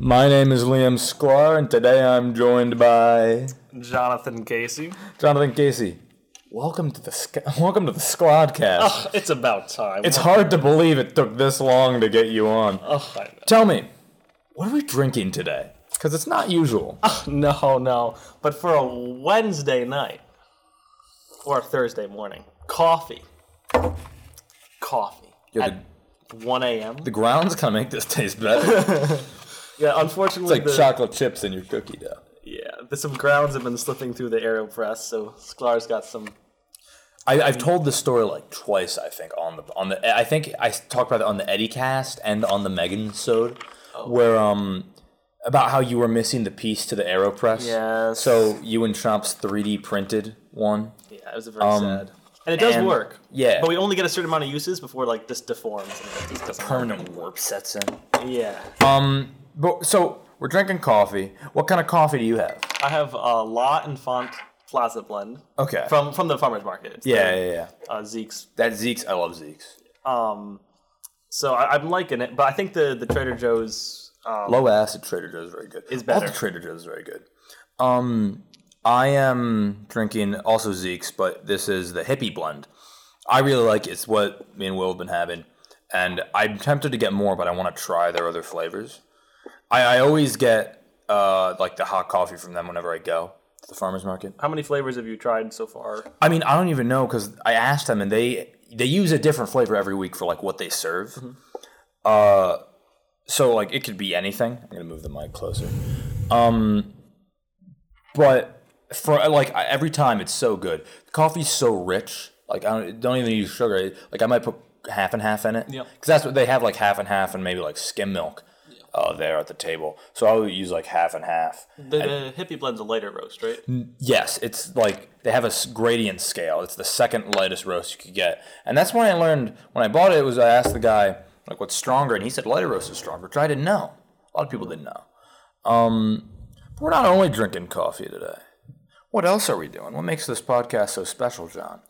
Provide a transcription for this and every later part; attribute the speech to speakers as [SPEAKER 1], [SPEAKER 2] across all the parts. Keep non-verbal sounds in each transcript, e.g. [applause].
[SPEAKER 1] My name is Liam Sklar, and today I'm joined by
[SPEAKER 2] Jonathan Casey.
[SPEAKER 1] Jonathan Casey. Welcome to the Sk- [laughs] welcome to the Squadcast.
[SPEAKER 2] Ugh, it's about time.
[SPEAKER 1] It's hard to believe it took this long to get you on.
[SPEAKER 2] Ugh, I know.
[SPEAKER 1] Tell me, what are we drinking today? Because it's not usual.
[SPEAKER 2] No, no. But for a Wednesday night or a Thursday morning, coffee. Coffee.
[SPEAKER 1] Yeah,
[SPEAKER 2] At 1 a.m.
[SPEAKER 1] The ground's gonna make this taste better. It's
[SPEAKER 2] Yeah, unfortunately,
[SPEAKER 1] like
[SPEAKER 2] [laughs] the,
[SPEAKER 1] chocolate chips in your cookie dough.
[SPEAKER 2] yeah, the, some grounds have been slipping through the AeroPress, so Sklar's got some.
[SPEAKER 1] I, I've told this story like twice, I think, on the on the I think I talked about it on the Eddie cast and on the Megan sode where um about how you were missing the piece to the AeroPress.
[SPEAKER 2] Yes.
[SPEAKER 1] So you and Trump's 3D printed one.
[SPEAKER 2] Yeah, it was very sad. And it does
[SPEAKER 1] and-
[SPEAKER 2] work.
[SPEAKER 1] yeah.
[SPEAKER 2] But we only get a certain amount of uses before like this deforms. And it just doesn't
[SPEAKER 1] Permanent warp sets in.
[SPEAKER 2] Yeah.
[SPEAKER 1] But so we're drinking coffee. What kind of coffee do you have?
[SPEAKER 2] I have a La Infant Plaza blend.
[SPEAKER 1] Okay.
[SPEAKER 2] From from the farmers market. It's
[SPEAKER 1] yeah,
[SPEAKER 2] the,
[SPEAKER 1] yeah, yeah.
[SPEAKER 2] Uh, Zeke's.
[SPEAKER 1] That Zeke's. I love Zeke's.
[SPEAKER 2] Um, so I, I'm liking it, but I think the the Trader Joe's. Um,
[SPEAKER 1] Low acid Trader Joe's is very good.
[SPEAKER 2] Is
[SPEAKER 1] All
[SPEAKER 2] better.
[SPEAKER 1] the Trader Joe's is very good. Um, I am drinking also Zeke's, but this is the hippie blend. I really like it. It's what me and Will have been having, and I'm tempted to get more, but I want to try their other flavors. I, I always get uh, like the hot coffee from them whenever I go to the farmers market.
[SPEAKER 2] how many flavors have you tried so far?
[SPEAKER 1] I mean, I don't even know because I asked them, and they they use a different flavor every week for like what they serve. Uh, so like it could be anything. I'm gonna move the mic closer. Um, but for like I- every time, it's so good. The coffee's so rich. Like I don't, don't even use sugar. Like I might put half and half in it.
[SPEAKER 2] Yeah.
[SPEAKER 1] because that's what they have like half and half and maybe like skim milk. Uh, there at the table, so I would use like half and half.
[SPEAKER 2] The, the hippie blend's a lighter roast, right?
[SPEAKER 1] Yes, it's like they have a s- gradient scale. It's the second lightest roast you could get, and that's when I learned when I bought it was I asked the guy like what's stronger, and he said lighter roast is stronger, which I didn't know. A lot of people didn't know. Um, but we're not only drinking coffee today. What else are we doing? What makes this podcast so special, John?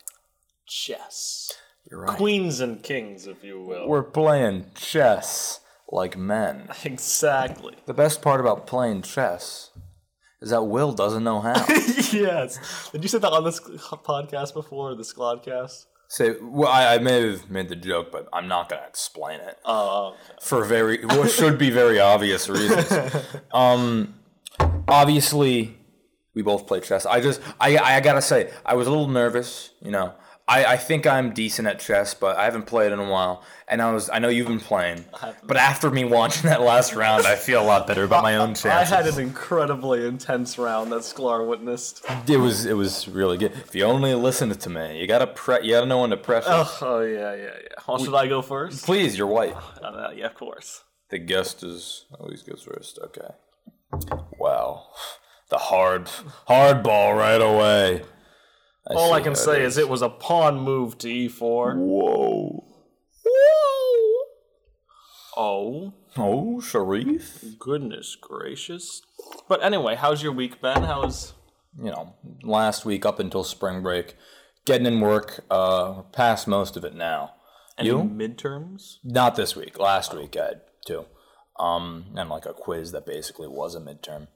[SPEAKER 2] Chess.
[SPEAKER 1] You're right.
[SPEAKER 2] Queens and kings, if you will.
[SPEAKER 1] We're playing chess like men.
[SPEAKER 2] [laughs] Exactly.
[SPEAKER 1] The best part about playing chess is that Will doesn't know how.
[SPEAKER 2] [laughs] yes. Did you say that on this podcast before, the Squadcast?
[SPEAKER 1] Say, well, I, I may have made the joke, but I'm not gonna explain it.
[SPEAKER 2] Uh,
[SPEAKER 1] for very what should be very obvious reasons.
[SPEAKER 2] [laughs]
[SPEAKER 1] Um, obviously, we both play chess. I just I I gotta say I was a little nervous. You know, I I think I'm decent at chess, but I haven't played in a while. And I was I know you've been playing, but after me watching that last round, I feel a lot better about my own
[SPEAKER 2] [laughs] I
[SPEAKER 1] chances.
[SPEAKER 2] had an incredibly intense round that Sklar witnessed.
[SPEAKER 1] it was it was really good. If you only listened to me, you gotta pre you gotta know when to pressure.
[SPEAKER 2] Oh, [laughs] oh yeah, yeah, yeah. Well, should I go first?
[SPEAKER 1] Please, you're white.
[SPEAKER 2] Uh, yeah, of course.
[SPEAKER 1] The guest is oh, always goes first. Okay. Wow. The hard hard ball right away.
[SPEAKER 2] All I
[SPEAKER 1] see
[SPEAKER 2] can
[SPEAKER 1] how it
[SPEAKER 2] say is it was a pawn move to E e4.
[SPEAKER 1] Whoa.
[SPEAKER 2] Oh,
[SPEAKER 1] Oh, Sharif.
[SPEAKER 2] goodness gracious. But anyway, how's your week been? How's.
[SPEAKER 1] You know, last week up until spring break, getting in work. Uh, we're past most of it now.
[SPEAKER 2] Any
[SPEAKER 1] You?
[SPEAKER 2] midterms?
[SPEAKER 1] Not this week. Last week I had two. Um, and like a quiz that basically was a midterm.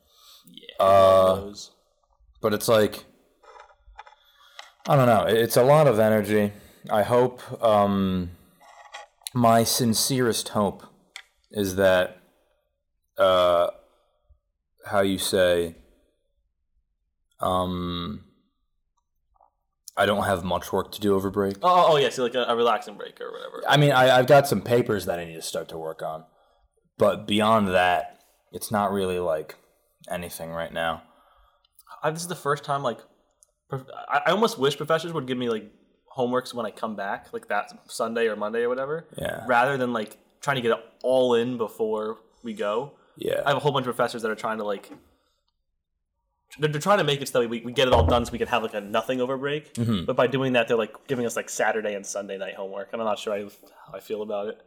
[SPEAKER 2] Yeah. Uh,
[SPEAKER 1] but it's like I don't know. It's a lot of energy. I hope um, my sincerest hope is that uh, how you say um, I don't have much work to do over break.
[SPEAKER 2] oh, oh, yeah, so like a, a relaxing break or whatever.
[SPEAKER 1] I mean, I, I've got some papers that I need to start to work on, but beyond that, it's not really like anything right now.
[SPEAKER 2] I, this is the first time, like. prof- I, I almost wish professors would give me, like, homeworks when I come back, like that Sunday or Monday or whatever,
[SPEAKER 1] Yeah.
[SPEAKER 2] rather than, like, trying to get it all in before we go.
[SPEAKER 1] Yeah.
[SPEAKER 2] I have a whole bunch of professors that are trying to like they're, they're trying to make it so that we, we get it all done so we can have like a nothing over break. But by doing that, they're like giving us like Saturday and Sunday night homework, and I'm not sure I, how I feel about it.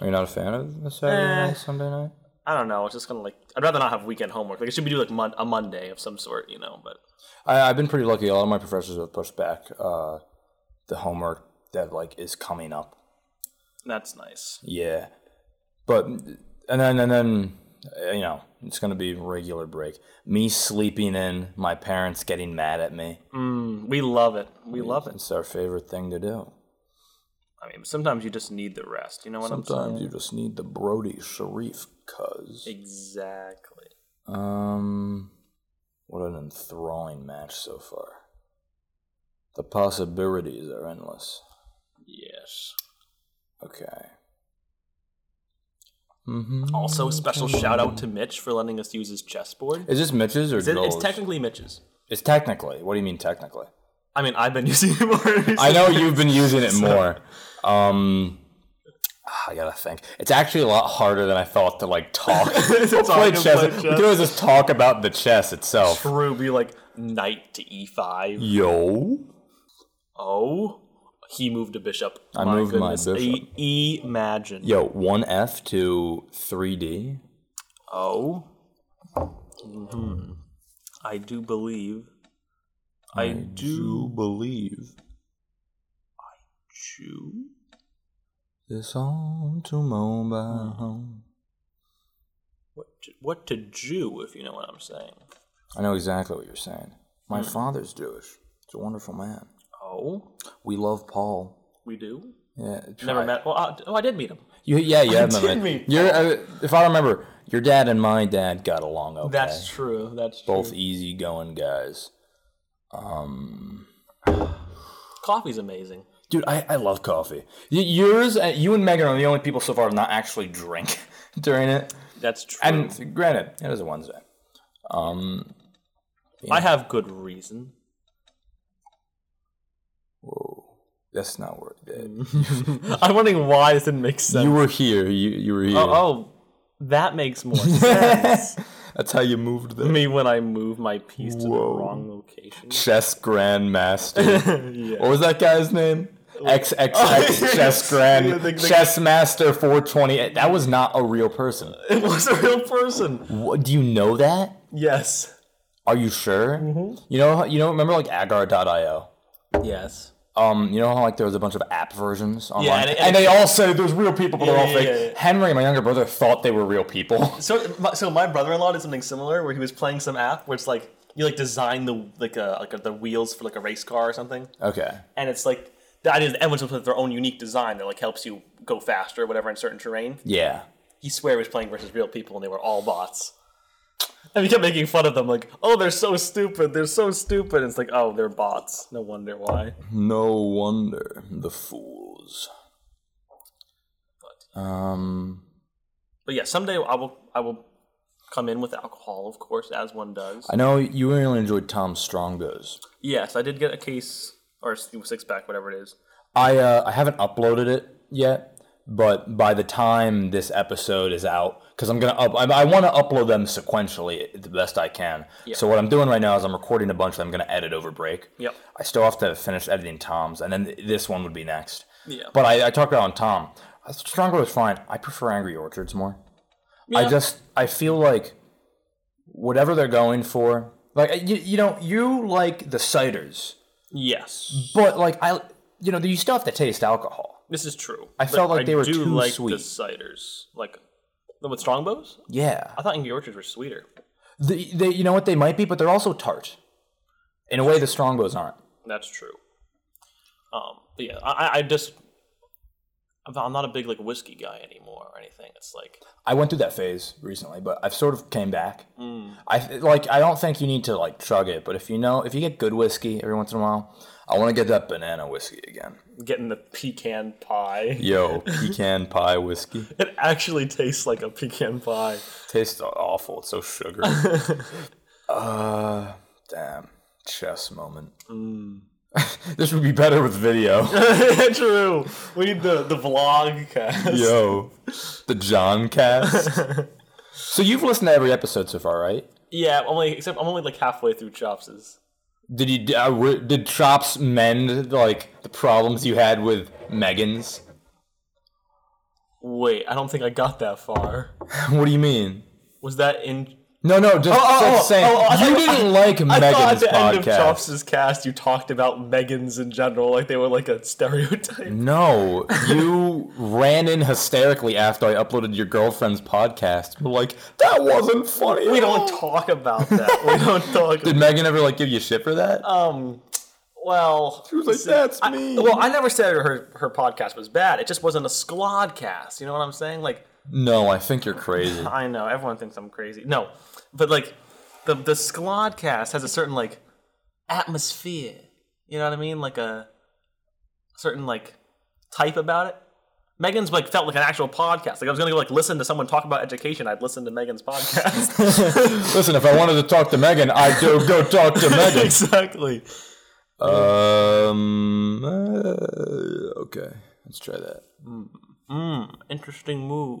[SPEAKER 1] Are you not a fan of the Saturday
[SPEAKER 2] Eh.
[SPEAKER 1] night, Sunday night?
[SPEAKER 2] I don't know. It's just kind of like I'd rather not have weekend homework. Like it should be due like mon- a Monday of some sort, you know. But
[SPEAKER 1] I, I've been pretty lucky. A lot of my professors have pushed back uh, the homework that like is coming up.
[SPEAKER 2] that's nice.
[SPEAKER 1] Yeah, but and then and then uh, you know it's gonna be regular break. Me sleeping in, my parents getting mad at me.
[SPEAKER 2] Mm, We love it. We love it.
[SPEAKER 1] It's our favorite thing to do.
[SPEAKER 2] I mean, sometimes you just need the rest. You know what I'm
[SPEAKER 1] Sometimes you just need the Brody Sharif, cuz.
[SPEAKER 2] saying? Exactly.
[SPEAKER 1] Um, what an enthralling match so far. The possibilities are endless.
[SPEAKER 2] Yes.
[SPEAKER 1] Okay.
[SPEAKER 2] Also, a special shout out to Mitch for letting us use his chessboard.
[SPEAKER 1] Is this Mitch's or
[SPEAKER 2] It's, it, it's
[SPEAKER 1] Joel's?
[SPEAKER 2] technically Mitch's.
[SPEAKER 1] It's technically. What do you mean technically?
[SPEAKER 2] I mean, I've been [laughs] using it more.
[SPEAKER 1] I know you've been using it more. Um, ah, I gotta think. It's actually a lot harder than I thought to like
[SPEAKER 2] [laughs]
[SPEAKER 1] talk.
[SPEAKER 2] [laughs]
[SPEAKER 1] [laughs]
[SPEAKER 2] It's
[SPEAKER 1] We'll
[SPEAKER 2] hard to play
[SPEAKER 1] We
[SPEAKER 2] chess.
[SPEAKER 1] can always just talk about the chess itself.
[SPEAKER 2] True, be like knight to e5.
[SPEAKER 1] Yo.
[SPEAKER 2] Oh, he moved a bishop.
[SPEAKER 1] I moved my bishop.
[SPEAKER 2] E- imagine.
[SPEAKER 1] Yo, 1F to 3D.
[SPEAKER 2] Oh. Mhm. I do believe. I do
[SPEAKER 1] believe
[SPEAKER 2] chew.
[SPEAKER 1] this on to mobile
[SPEAKER 2] Mm.
[SPEAKER 1] home.
[SPEAKER 2] What to, what to Jew, if you know what I'm saying.
[SPEAKER 1] I know exactly what you're saying. My
[SPEAKER 2] Mm.
[SPEAKER 1] father's Jewish. He's a wonderful man.
[SPEAKER 2] Oh,
[SPEAKER 1] We love Paul.
[SPEAKER 2] we do.
[SPEAKER 1] Yeah,
[SPEAKER 2] Never
[SPEAKER 1] try-
[SPEAKER 2] met. Well, I, oh, I did meet him.
[SPEAKER 1] You, yeah, you have
[SPEAKER 2] did
[SPEAKER 1] met.
[SPEAKER 2] meet
[SPEAKER 1] You're, uh, if I remember, your dad and my dad got along okay.
[SPEAKER 2] That's true. That's true.
[SPEAKER 1] both easygoing guys.
[SPEAKER 2] Coffee's amazing.
[SPEAKER 1] Dude, I, I love coffee. Y- yours, uh, you and Megan are the only people so far to not actually drink [laughs] during it.
[SPEAKER 2] That's true.
[SPEAKER 1] And granted, it is a Wednesday.
[SPEAKER 2] I have good reason.
[SPEAKER 1] Whoa, that's not what it did.
[SPEAKER 2] [laughs] I'm wondering why this didn't make sense.
[SPEAKER 1] You were here. You you were here.
[SPEAKER 2] oh, that
[SPEAKER 1] [laughs]
[SPEAKER 2] makes more sense.
[SPEAKER 1] That's how you moved the
[SPEAKER 2] I mean, when I move my piece to
[SPEAKER 1] Whoa.
[SPEAKER 2] the wrong location.
[SPEAKER 1] chess grandmaster.
[SPEAKER 2] [laughs] yeah. oh,
[SPEAKER 1] what was that guy's name? XXX
[SPEAKER 2] [laughs] yes.
[SPEAKER 1] chess grand
[SPEAKER 2] Yeah, the- the-
[SPEAKER 1] chess master 428. That was not a real person.
[SPEAKER 2] [laughs] [laughs] It was a real person.
[SPEAKER 1] What, do you know that?
[SPEAKER 2] Yes.
[SPEAKER 1] Are you sure?
[SPEAKER 2] Mm-hmm.
[SPEAKER 1] You know how- you know remember like agar.io.
[SPEAKER 2] Yes.
[SPEAKER 1] Um, you know how like there was a bunch of app versions online,
[SPEAKER 2] and
[SPEAKER 1] and,
[SPEAKER 2] it-
[SPEAKER 1] they all said there's real people, but they're all
[SPEAKER 2] yeah,
[SPEAKER 1] fake.
[SPEAKER 2] yeah, yeah.
[SPEAKER 1] Henry, my younger brother, thought they were real people. [laughs]
[SPEAKER 2] So, my- so my brother-in-law did something similar, where he was playing some app where it's like you like design the like a like a, the wheels for like a race car or something,
[SPEAKER 1] okay,
[SPEAKER 2] and it's like the idea is that everyone's supposed to have their own unique design that like helps you go faster or whatever in certain terrain.
[SPEAKER 1] yeah.
[SPEAKER 2] He swear he was playing versus real people, and they were all bots. And he kept making fun of them, like, "Oh, they're so stupid! They're so stupid!" And it's like, "Oh, they're bots. No wonder why."
[SPEAKER 1] No wonder the fools. Um,
[SPEAKER 2] But yeah, someday I will I will come in with alcohol, of course, as one does.
[SPEAKER 1] I know you really enjoyed Tom Strongos.
[SPEAKER 2] Yes, I did get a case or a six pack, whatever it is.
[SPEAKER 1] I uh, I haven't uploaded it yet, but by the time this episode is out, because I'm gonna up, I, I want to upload them sequentially the best I can. So what I'm doing right now is I'm recording a bunch that I'm gonna edit over break.
[SPEAKER 2] Yep.
[SPEAKER 1] I still have to finish editing Tom's, and then th- this one would be next.
[SPEAKER 2] Yeah.
[SPEAKER 1] But I, I talked about on Tom. Uh, Stronger is fine. I prefer Angry Orchards more. I
[SPEAKER 2] Yeah.
[SPEAKER 1] just I feel like whatever they're going for, like you, you know, you like the ciders,
[SPEAKER 2] Yes,
[SPEAKER 1] but like I, you know, you still have to taste alcohol.
[SPEAKER 2] this is true.
[SPEAKER 1] I felt like they were
[SPEAKER 2] do
[SPEAKER 1] too
[SPEAKER 2] like
[SPEAKER 1] sweet.
[SPEAKER 2] The ciders, like the with strongbows.
[SPEAKER 1] Yeah,
[SPEAKER 2] I thought Angry Orchards were sweeter.
[SPEAKER 1] the, they, you know what they might be, but they're also tart. In a way, the strongbows aren't.
[SPEAKER 2] That's true. Um, but yeah, I, I- I just I'm I'm not a big like whiskey guy anymore or anything. It's like
[SPEAKER 1] I went through that phase recently, but I've sort of came back. I th- like. I don't think you need to like chug it, but if you know, if you get good whiskey every once in a while, I want to get that banana whiskey again.
[SPEAKER 2] getting the pecan pie.
[SPEAKER 1] [laughs] Yo, pecan pie whiskey
[SPEAKER 2] It actually tastes like a pecan pie. [laughs]
[SPEAKER 1] tastes awful. It's so [laughs] sugary. uh, damn, chess moment. Mm. [laughs] this would be better with video.
[SPEAKER 2] true. We need the the vlog cast.
[SPEAKER 1] Yo, the John cast. [laughs] so you've listened to every episode so far, right?
[SPEAKER 2] Yeah, I'm only except I'm only like halfway through Chops's.
[SPEAKER 1] Did you uh, were- did Chops mend like the problems you had with Megan's? [laughs]
[SPEAKER 2] Wait, I don't think I got that far.
[SPEAKER 1] what do you mean?
[SPEAKER 2] Was that in?
[SPEAKER 1] No, no, just,
[SPEAKER 2] oh,
[SPEAKER 1] just saying.
[SPEAKER 2] oh, oh, I
[SPEAKER 1] you
[SPEAKER 2] thought-
[SPEAKER 1] didn't like
[SPEAKER 2] I thought at
[SPEAKER 1] Megan's
[SPEAKER 2] the end of
[SPEAKER 1] podcast.
[SPEAKER 2] Chops' cast, you talked about Megans in general, like they were like a stereotype.
[SPEAKER 1] No, you ran in hysterically after I uploaded your girlfriend's podcast. You're like, that wasn't funny.
[SPEAKER 2] We don't talk about that. We don't
[SPEAKER 1] [laughs]
[SPEAKER 2] talk.
[SPEAKER 1] Did Megan ever like give you shit for that?
[SPEAKER 2] um, well, she
[SPEAKER 1] was like, "That's
[SPEAKER 2] I,
[SPEAKER 1] me."
[SPEAKER 2] Well, I never said her her podcast was bad. It just wasn't a squad cast. You know what I'm saying? Like,
[SPEAKER 1] no, I think you're crazy.
[SPEAKER 2] I know everyone thinks I'm crazy. No, but like the the Squad cast has a certain like atmosphere. You know what I mean? Like a certain like type about it. Megan's like felt like an actual podcast. Like I was gonna go like listen to someone talk about education. I'd listen to Megan's podcast.
[SPEAKER 1] Listen, if I wanted to talk to Megan, I'd go go talk to Megan.
[SPEAKER 2] [laughs] exactly.
[SPEAKER 1] [laughs] Um. uh, okay, let's try that.
[SPEAKER 2] Interesting move.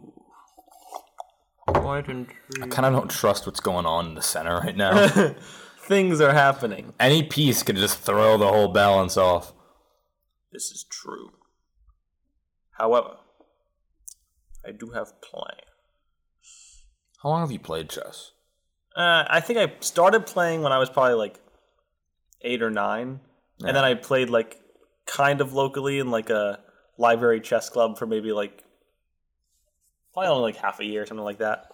[SPEAKER 2] Quite intriguing.
[SPEAKER 1] Kind of don't trust what's going on in the center right [laughs] now.
[SPEAKER 2] Things are happening.
[SPEAKER 1] Any piece could just throw the whole balance off.
[SPEAKER 2] This is true. However, I do have plans.
[SPEAKER 1] How long have you played chess?
[SPEAKER 2] Uh, I think I started playing when I was probably like eight or nine, and then I played like kind of locally in like a library chess club for maybe like probably only like half a year or something like that.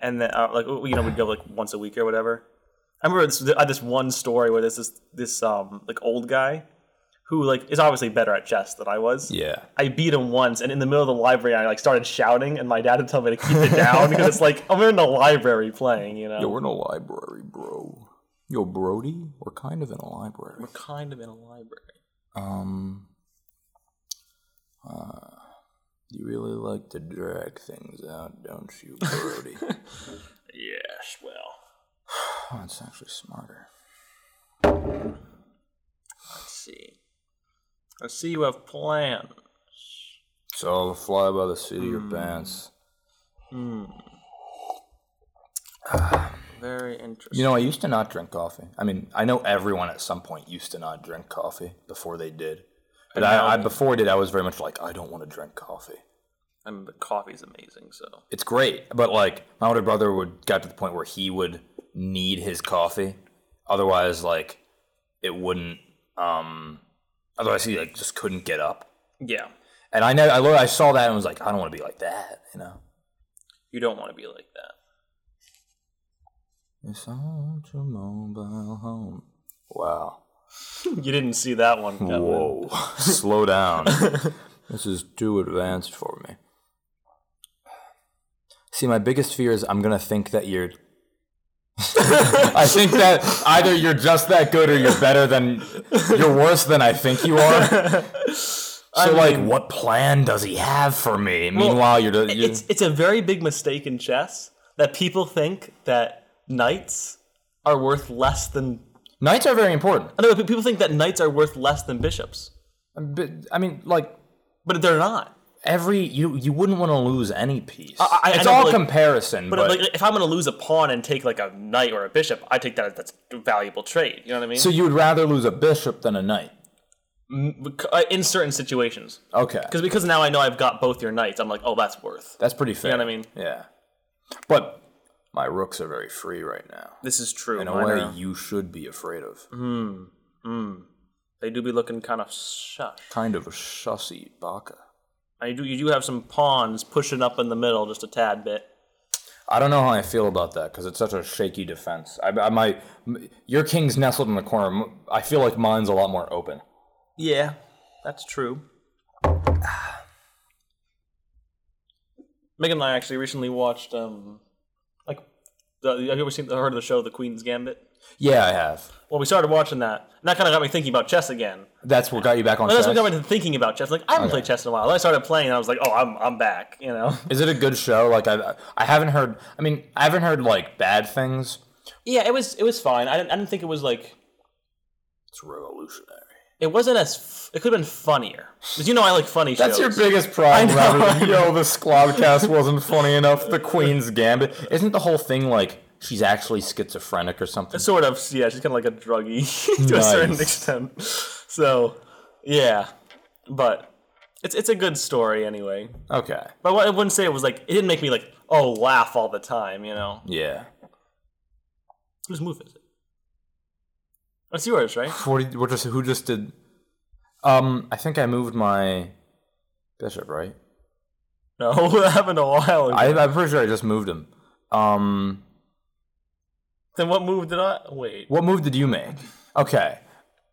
[SPEAKER 2] And then uh, like you know we'd go like once a week or whatever. I remember this, I had this one story where there's this this um like old guy who like is obviously better at chess than I was.
[SPEAKER 1] Yeah.
[SPEAKER 2] I beat him once, and in the middle of the library, I like started shouting, and my dad had told me to keep it down because it's like I'm in the library playing, you know.
[SPEAKER 1] Yo, we're in a library, bro. Yo, Brody, we're kind of in a library.
[SPEAKER 2] We're kind of in a library.
[SPEAKER 1] Um. uh, you really like to drag things out, don't you, [laughs] Brody?
[SPEAKER 2] Yes, well.
[SPEAKER 1] oh, it's actually smarter.
[SPEAKER 2] Let's see. I see you have plans.
[SPEAKER 1] So fly by the seat of your pants.
[SPEAKER 2] Very interesting.
[SPEAKER 1] You know, I used to not drink coffee. I mean, I know everyone at some point used to not drink coffee before they did. But I, I before I did, I was very much like, I don't want to drink coffee.
[SPEAKER 2] I mean, the coffee's amazing, so.
[SPEAKER 1] It's great, but like my older brother would got to the point where he would need his coffee, otherwise, like it wouldn't. um Otherwise, he like just couldn't get up.
[SPEAKER 2] Yeah.
[SPEAKER 1] And I know I, lo- I saw that and was like, I don't want to be like that, you know.
[SPEAKER 2] You don't want to be like that.
[SPEAKER 1] It's all your mobile home. Wow.
[SPEAKER 2] you didn't see that one. Kevin.
[SPEAKER 1] Whoa,
[SPEAKER 2] [laughs]
[SPEAKER 1] slow down. [laughs] this is too advanced for me. See, my biggest fear is I'm gonna think that you're. [laughs] I think that either you're just that good or you're better than you're worse than I think you are.
[SPEAKER 2] [laughs]
[SPEAKER 1] So, like, what plan does he have for me? Meanwhile, you're. you
[SPEAKER 2] It's, it's a very big mistake in chess that people think that knights are worth less than.
[SPEAKER 1] knights are very important.
[SPEAKER 2] I know but people think that knights are worth less than bishops,
[SPEAKER 1] But, I mean, like
[SPEAKER 2] but they're not.
[SPEAKER 1] every you you wouldn't want to lose any piece.
[SPEAKER 2] I- I
[SPEAKER 1] it's
[SPEAKER 2] know,
[SPEAKER 1] all
[SPEAKER 2] but, like-
[SPEAKER 1] comparison, but,
[SPEAKER 2] But like, if I'm going to lose a pawn and take like a knight or a bishop, I take that as that's a valuable trade. You know what I mean?
[SPEAKER 1] so you would rather lose a bishop than a knight.
[SPEAKER 2] Bec- uh, in certain situations,
[SPEAKER 1] Okay.
[SPEAKER 2] because because now I know I've got both your knights, I'm like, oh, that's worth.
[SPEAKER 1] That's pretty fair.
[SPEAKER 2] know what I mean?
[SPEAKER 1] Yeah. But my rooks are very free right now.
[SPEAKER 2] This is true.
[SPEAKER 1] In a
[SPEAKER 2] I
[SPEAKER 1] way
[SPEAKER 2] know. Mm-hmm.
[SPEAKER 1] you should be afraid of.
[SPEAKER 2] they do be looking kind of shush.
[SPEAKER 1] Kind of a shussy baka.
[SPEAKER 2] I do. You do have some pawns pushing up in the middle just a tad bit.
[SPEAKER 1] I don't know how I feel about that because it's such a shaky defense. I, I my m- your king's nestled in the corner. M- I feel like mine's a lot more open.
[SPEAKER 2] Yeah, that's true. Megan and I actually recently watched um, like, the, have you ever seen heard of the show The Queen's Gambit?
[SPEAKER 1] Yeah, I have.
[SPEAKER 2] Well, we started watching that, and that kind of got me thinking about chess again.
[SPEAKER 1] That's what got you back on.
[SPEAKER 2] But that's
[SPEAKER 1] Chess?
[SPEAKER 2] what got me to thinking about chess. Like I haven't played chess in a while. Then I started playing, and I was like, oh, I'm I'm back. You know. [laughs]
[SPEAKER 1] Is it a good show? Like I, I haven't heard. I mean, I haven't heard like bad things.
[SPEAKER 2] Yeah, it was it was fine. I didn't, I didn't think it was like
[SPEAKER 1] It's revolutionary.
[SPEAKER 2] it wasn't as f- it could have been funnier. 'Cause you know I like funny
[SPEAKER 1] That's
[SPEAKER 2] shows.
[SPEAKER 1] your biggest problem,
[SPEAKER 2] I know.
[SPEAKER 1] Robert. Yo, the Squadcast wasn't funny enough. The Queen's Gambit. Isn't the whole thing like she's actually schizophrenic or something?
[SPEAKER 2] sort of yeah. She's kind of like a druggie [laughs] to a certain
[SPEAKER 1] Nice.
[SPEAKER 2] extent. So yeah, but it's it's a good story anyway.
[SPEAKER 1] Okay.
[SPEAKER 2] But I wouldn't say it was like it didn't make me like oh laugh all the time. You know.
[SPEAKER 1] Yeah.
[SPEAKER 2] Whose move is it? That's yours, right?
[SPEAKER 1] Forty. What just? Who just did? Um, I think I moved my bishop right.
[SPEAKER 2] No, [laughs] that happened a while ago.
[SPEAKER 1] I, I'm pretty sure I just moved him. Um,
[SPEAKER 2] then what move did I? Wait.
[SPEAKER 1] what move did you make? Okay,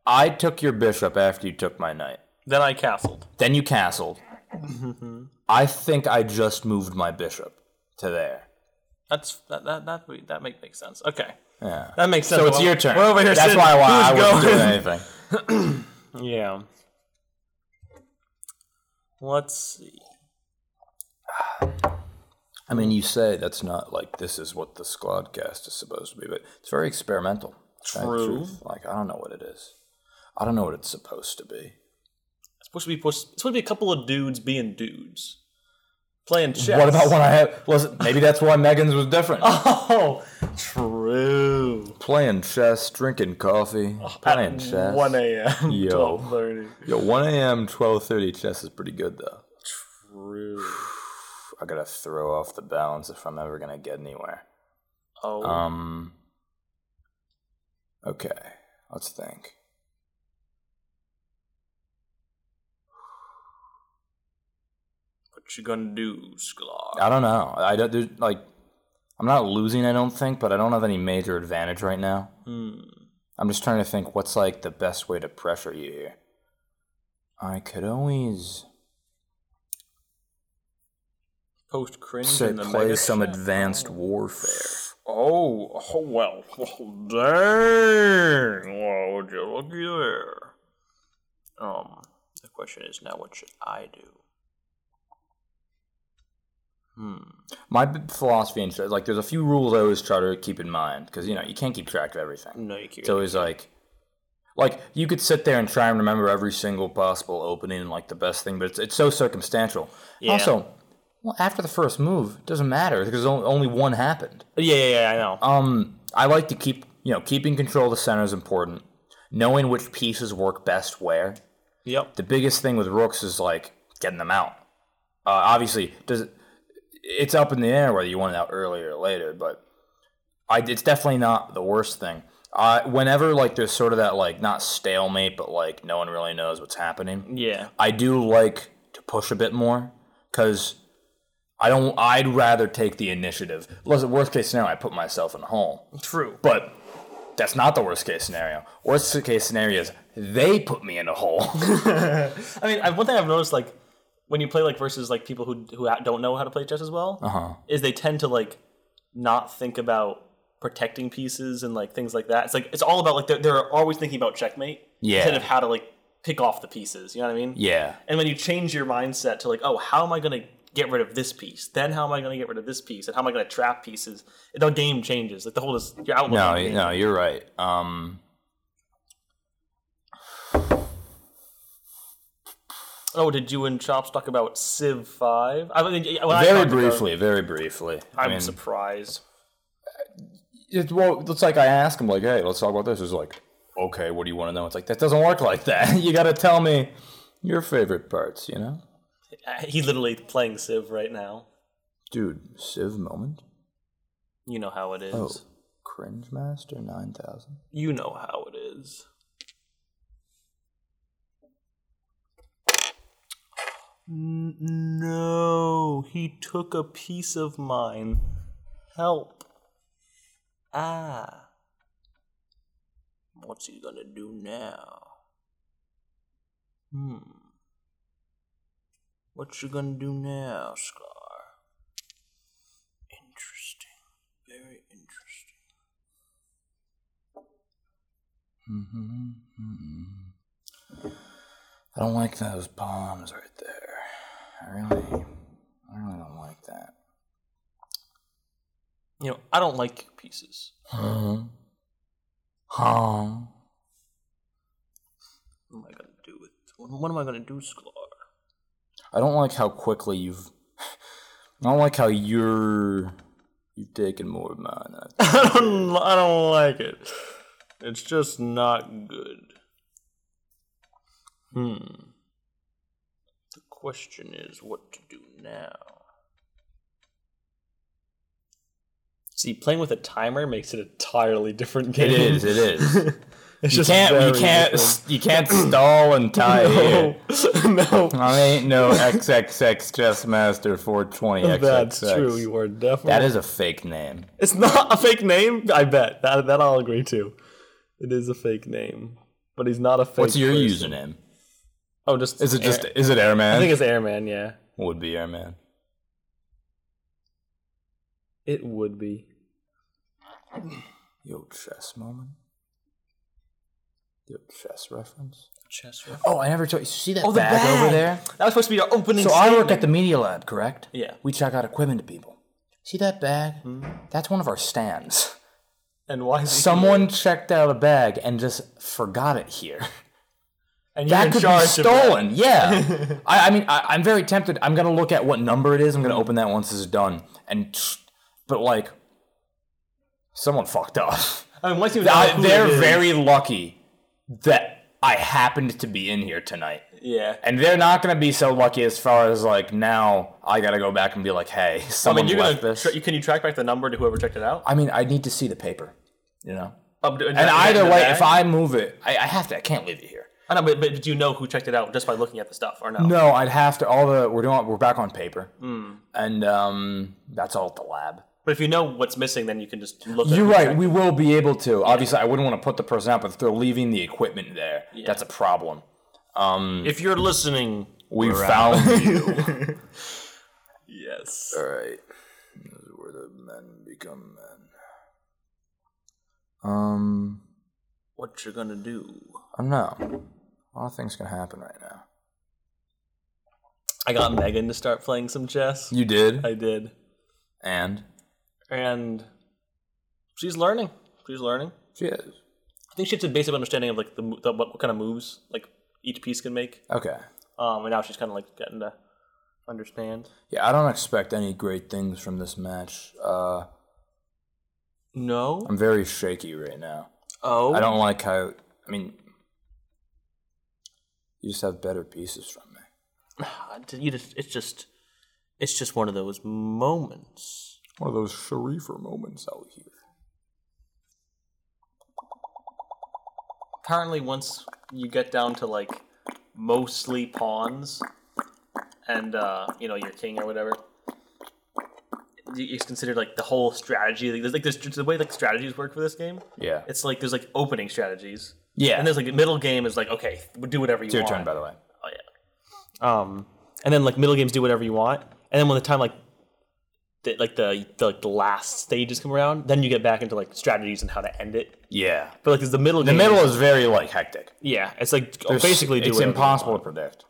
[SPEAKER 1] I took your bishop after you took my knight.
[SPEAKER 2] Then I castled.
[SPEAKER 1] Then you castled.
[SPEAKER 2] Mm-hmm.
[SPEAKER 1] I think I just moved my bishop to there.
[SPEAKER 2] That's that that that would- that make makes sense. Okay,
[SPEAKER 1] Yeah.
[SPEAKER 2] that makes sense.
[SPEAKER 1] So it's
[SPEAKER 2] Well,
[SPEAKER 1] your turn.
[SPEAKER 2] We're over here.
[SPEAKER 1] That's
[SPEAKER 2] sitting,
[SPEAKER 1] why I, I wasn't
[SPEAKER 2] who's
[SPEAKER 1] doing
[SPEAKER 2] [laughs] going?
[SPEAKER 1] anything.
[SPEAKER 2] Yeah. Let's see.
[SPEAKER 1] I mean, you say that's not like this is what the Squadcast is supposed to be, but it's very experimental. to tell you the
[SPEAKER 2] True.
[SPEAKER 1] truth. Like I don't know what it is. I don't know what it's supposed to be.
[SPEAKER 2] It's supposed to be supposed, it's supposed to be a couple of dudes being dudes, playing
[SPEAKER 1] [laughs]
[SPEAKER 2] chess.
[SPEAKER 1] What about when I had? Listen, maybe that's why Megan's was different.
[SPEAKER 2] Oh, true.
[SPEAKER 1] Playing chess, drinking coffee, playing chess.
[SPEAKER 2] Oh, One a.m.
[SPEAKER 1] Yo.
[SPEAKER 2] twelve thirty.
[SPEAKER 1] Yo, 1 a.m. 12:30 chess is pretty good though.
[SPEAKER 2] True.
[SPEAKER 1] I gotta throw off the balance if I'm ever gonna get anywhere.
[SPEAKER 2] Oh,
[SPEAKER 1] Um. Okay, let's think.
[SPEAKER 2] what you gonna do, Sklar?
[SPEAKER 1] I don't know. I don't there's, like. I'm not losing, I don't think, but I don't have any major advantage right now.
[SPEAKER 2] Hmm.
[SPEAKER 1] I'm just trying to think what's like the best way to pressure you here. I could always
[SPEAKER 2] Post cringe
[SPEAKER 1] say
[SPEAKER 2] in the
[SPEAKER 1] play
[SPEAKER 2] mega
[SPEAKER 1] some
[SPEAKER 2] chat?
[SPEAKER 1] advanced warfare.
[SPEAKER 2] Oh, oh well, well, dang! Whoa, would you look there? Um, the question is now, what should I do?
[SPEAKER 1] My b- philosophy and shit, like there's a few rules I always try to keep in mind because you know you can't keep track of everything.
[SPEAKER 2] No, you can't.
[SPEAKER 1] It's always like, like you could sit there and try and remember every single possible opening and like the best thing, but it's, it's so circumstantial.
[SPEAKER 2] Yeah.
[SPEAKER 1] Also, well, after the first move, it doesn't matter because on- only one happened.
[SPEAKER 2] yeah, yeah, yeah, I know.
[SPEAKER 1] Um, I like to keep you know keeping control of the center is important. Knowing which pieces work best where.
[SPEAKER 2] yep.
[SPEAKER 1] The biggest thing with rooks is like getting them out. Uh, obviously, does it's up in the air whether you want it out earlier or later, but I, it's definitely not the worst thing. Uh, whenever like there's sort of that like not stalemate, but like no one really knows what's happening.
[SPEAKER 2] Yeah.
[SPEAKER 1] I do like to push a bit more because I don't. I'd rather take the initiative. Listen, worst case scenario, I put myself in a hole.
[SPEAKER 2] True.
[SPEAKER 1] But that's not the worst case scenario. Worst case scenario is they put me in a hole.
[SPEAKER 2] I mean, I, one thing I've noticed, like, when you play like versus like people who who ha- don't know how to play chess as well,
[SPEAKER 1] Uh-huh.
[SPEAKER 2] is they tend to like not think about protecting pieces and like things like that. It's like it's all about like they're, they're always thinking about checkmate
[SPEAKER 1] Yeah.
[SPEAKER 2] instead of how to like pick off the pieces. You know what I mean?
[SPEAKER 1] yeah.
[SPEAKER 2] And when you change your mindset to like, oh, how am I going to get rid of this piece? Then how am I going to get rid of this piece? And how am I going to trap pieces? The game changes. Like the whole is your outlook.
[SPEAKER 1] No,
[SPEAKER 2] on the
[SPEAKER 1] y-
[SPEAKER 2] game.
[SPEAKER 1] no, you're right. Um,
[SPEAKER 2] Oh, did you and Chops talk about Civ Five? I mean, yeah, when I
[SPEAKER 1] very
[SPEAKER 2] talked about-
[SPEAKER 1] briefly, very briefly. I
[SPEAKER 2] I'm
[SPEAKER 1] mean,
[SPEAKER 2] surprised.
[SPEAKER 1] it's, well, it's like I ask him, like, "Hey, let's talk about this." It's like, "Okay, what do you want to know?" It's like that doesn't work like that. [laughs] you got to tell me your favorite parts, you know,
[SPEAKER 2] Uh, He's literally playing Civ right now.
[SPEAKER 1] dude. Civ moment.
[SPEAKER 2] You know how it is.
[SPEAKER 1] Oh, cringe master nine thousand.
[SPEAKER 2] You know how it is. N- No, he took a piece of mine. Help. Ah. What's he gonna do now? Hmm. What you gonna do now, Scar? Interesting. Very interesting.
[SPEAKER 1] Mm-hmm, I don't like those bombs right there. I really, I really don't like that.
[SPEAKER 2] You know, I don't like pieces.
[SPEAKER 1] Huh? Mm-hmm. Huh?
[SPEAKER 2] What am I gonna do with? What, what am I gonna do, Sklar?
[SPEAKER 1] I don't like how quickly you've. I don't like how you're. You've taken more of mine. than I've-
[SPEAKER 2] [laughs] I don't. I don't like it. It's just not good. Hmm. The question is, what to do now? See, playing with a timer makes it an entirely different game.
[SPEAKER 1] It is. It is.
[SPEAKER 2] [laughs]
[SPEAKER 1] [laughs]
[SPEAKER 2] It's
[SPEAKER 1] you
[SPEAKER 2] just
[SPEAKER 1] can't.
[SPEAKER 2] very
[SPEAKER 1] You can't.
[SPEAKER 2] different.
[SPEAKER 1] You can't stall
[SPEAKER 2] [clears throat]
[SPEAKER 1] and tie. here.
[SPEAKER 2] [laughs] No, no,
[SPEAKER 1] I ain't [laughs] no XXX Chess Master 420 XXX.
[SPEAKER 2] that's true. You are definitely.
[SPEAKER 1] That is a fake name.
[SPEAKER 2] It's not a fake name. I bet that that I'll agree to. It is a fake name, but he's not a fake.
[SPEAKER 1] What's your
[SPEAKER 2] person.
[SPEAKER 1] username?
[SPEAKER 2] Oh, just
[SPEAKER 1] Is it just?
[SPEAKER 2] Air-
[SPEAKER 1] Is it Airman?
[SPEAKER 2] I think it's Airman. Yeah,
[SPEAKER 1] would be Airman.
[SPEAKER 2] it would be.
[SPEAKER 1] Yo, chess moment. Yo, chess reference.
[SPEAKER 2] Chess.
[SPEAKER 1] Oh, I never told you. See that
[SPEAKER 2] Oh, the
[SPEAKER 1] bag, over
[SPEAKER 2] bag!
[SPEAKER 1] there?
[SPEAKER 2] That was supposed to be our opening.
[SPEAKER 1] So I work at the media lab, correct?
[SPEAKER 2] Yeah.
[SPEAKER 1] We check out equipment to people. See that bag?
[SPEAKER 2] Hmm?
[SPEAKER 1] That's one of our stands.
[SPEAKER 2] and why? Is he
[SPEAKER 1] Someone checked out a bag and just forgot it
[SPEAKER 2] [laughs]
[SPEAKER 1] here.
[SPEAKER 2] and you're
[SPEAKER 1] that
[SPEAKER 2] in
[SPEAKER 1] could be
[SPEAKER 2] charge of that.
[SPEAKER 1] stolen.
[SPEAKER 2] [laughs]
[SPEAKER 1] Yeah. I, I mean, I, I'm very tempted. I'm gonna look at what number it is. I'm gonna open that once this is done. And tch, but like, someone fucked up.
[SPEAKER 2] I mean, once you know
[SPEAKER 1] I,
[SPEAKER 2] who
[SPEAKER 1] they're
[SPEAKER 2] it is-
[SPEAKER 1] very lucky that I happened to be in here tonight.
[SPEAKER 2] Yeah.
[SPEAKER 1] And they're not gonna be so lucky as far as like now. I gotta go back and be like, hey,
[SPEAKER 2] I
[SPEAKER 1] someone
[SPEAKER 2] mean, you're
[SPEAKER 1] left
[SPEAKER 2] gonna.
[SPEAKER 1] this.
[SPEAKER 2] Tra- can you track back the number to whoever checked it out?
[SPEAKER 1] I mean, I need to see the paper. You know.
[SPEAKER 2] Um, d-
[SPEAKER 1] And
[SPEAKER 2] that-
[SPEAKER 1] either
[SPEAKER 2] that-
[SPEAKER 1] way,
[SPEAKER 2] that-
[SPEAKER 1] if I move it, I, I have to. I can't leave it here.
[SPEAKER 2] I know, but, but do you know who checked it out just by looking at the stuff or no?
[SPEAKER 1] No, I'd have to. All the we're doing. We're back on paper, and um, that's all at the lab.
[SPEAKER 2] But if you know what's missing, then you can just look. at
[SPEAKER 1] You're
[SPEAKER 2] who
[SPEAKER 1] right.
[SPEAKER 2] checked-
[SPEAKER 1] We will be able to. Obviously, I wouldn't want to put the person out, but if they're leaving the equipment there, that's a problem.
[SPEAKER 2] If you're listening,
[SPEAKER 1] We found [laughs] you.
[SPEAKER 2] yes.
[SPEAKER 1] all right. This is where the men become men. Um,
[SPEAKER 2] What you're gonna do?
[SPEAKER 1] I don't know. A lot of things can happen right now.
[SPEAKER 2] I got Megan to start playing some chess.
[SPEAKER 1] You did,
[SPEAKER 2] I did,
[SPEAKER 1] and
[SPEAKER 2] and she's learning. She's learning.
[SPEAKER 1] she is
[SPEAKER 2] I think she has a basic understanding of like the, mo- the what, what kind of moves like each piece can make.
[SPEAKER 1] okay.
[SPEAKER 2] Um, and now she's kind of like getting to understand.
[SPEAKER 1] Yeah, I don't expect any great things from this match. Uh,
[SPEAKER 2] No.
[SPEAKER 1] I'm very shaky right now.
[SPEAKER 2] Oh.
[SPEAKER 1] I don't like how. I mean, you just have better pieces from me.
[SPEAKER 2] You just. It's just. It's just one of those moments.
[SPEAKER 1] One of those Sharifer moments out here.
[SPEAKER 2] apparently once you get down to like mostly pawns and uh, you know your king or whatever you- it's considered like the whole strategy like there's like there's the way like strategies work for this game
[SPEAKER 1] Yeah.
[SPEAKER 2] it's like there's like opening strategies
[SPEAKER 1] yeah.
[SPEAKER 2] and there's like middle game is like okay do whatever you
[SPEAKER 1] it's your
[SPEAKER 2] want
[SPEAKER 1] turn, by the way.
[SPEAKER 2] oh yeah um and then like middle games do whatever you want and then when the time like the, like the, the like the last stages come around then you get back into like strategies and how to end it
[SPEAKER 1] Yeah.
[SPEAKER 2] but like 'cause the middle
[SPEAKER 1] The
[SPEAKER 2] game
[SPEAKER 1] middle is very like hectic.
[SPEAKER 2] yeah, it's like oh, basically do
[SPEAKER 1] it's
[SPEAKER 2] whatever you
[SPEAKER 1] impossible to predict.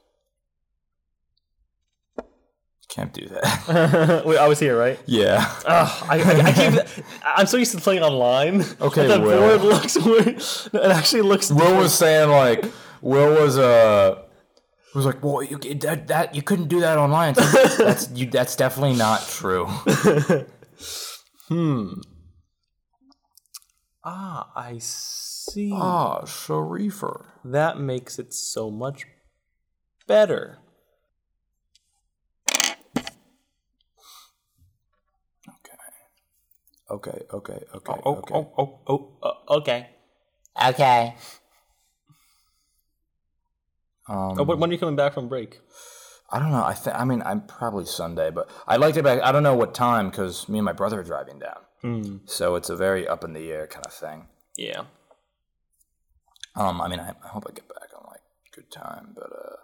[SPEAKER 1] Can't do that. [laughs]
[SPEAKER 2] want. [laughs] Wait, I was here, right?
[SPEAKER 1] yeah.
[SPEAKER 2] Ugh, I, I, I keep. I'm so used to playing online.
[SPEAKER 1] Okay,
[SPEAKER 2] but that
[SPEAKER 1] Will.
[SPEAKER 2] board looks weird. No, It actually looks.
[SPEAKER 1] Will was saying like Will was uh was like, well, you that, that you couldn't do that online. It's like, that's you. That's definitely not true.
[SPEAKER 2] Ah, I see.
[SPEAKER 1] [laughs] Ah, Sharifer.
[SPEAKER 2] That makes it so much better.
[SPEAKER 1] Okay, okay, okay, okay.
[SPEAKER 2] oh, oh, oh, okay.
[SPEAKER 3] Okay.
[SPEAKER 2] Oh, but when are you coming back from break?
[SPEAKER 1] I don't know. I think. I mean, I'm probably Sunday, but I'd like to back. I don't know what time because me and my brother are driving down, so it's a very up in the air kind of thing.
[SPEAKER 2] Yeah.
[SPEAKER 1] Um, I mean, I, I hope I get back on like good time, but uh,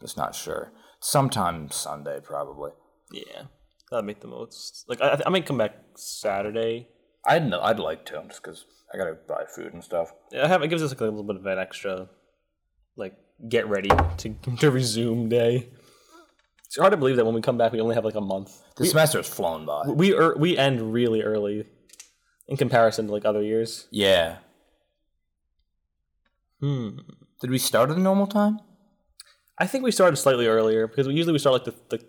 [SPEAKER 1] just not sure. Sometime Sunday, probably.
[SPEAKER 2] Yeah. That'd make the most. Like, I, I might come back Saturday.
[SPEAKER 1] I'd know, I'd like to just because I gotta buy food and stuff.
[SPEAKER 2] I have it gives us like a little bit of an extra, like get ready to [laughs] to resume day. It's hard to believe that when we come back, we only have like a month.
[SPEAKER 1] The semester has flown by.
[SPEAKER 2] We er, we end really early, in comparison to like other years.
[SPEAKER 1] yeah.
[SPEAKER 2] Hmm.
[SPEAKER 1] Did we start at a normal time?
[SPEAKER 2] I think we started slightly earlier because we, usually we start like the the.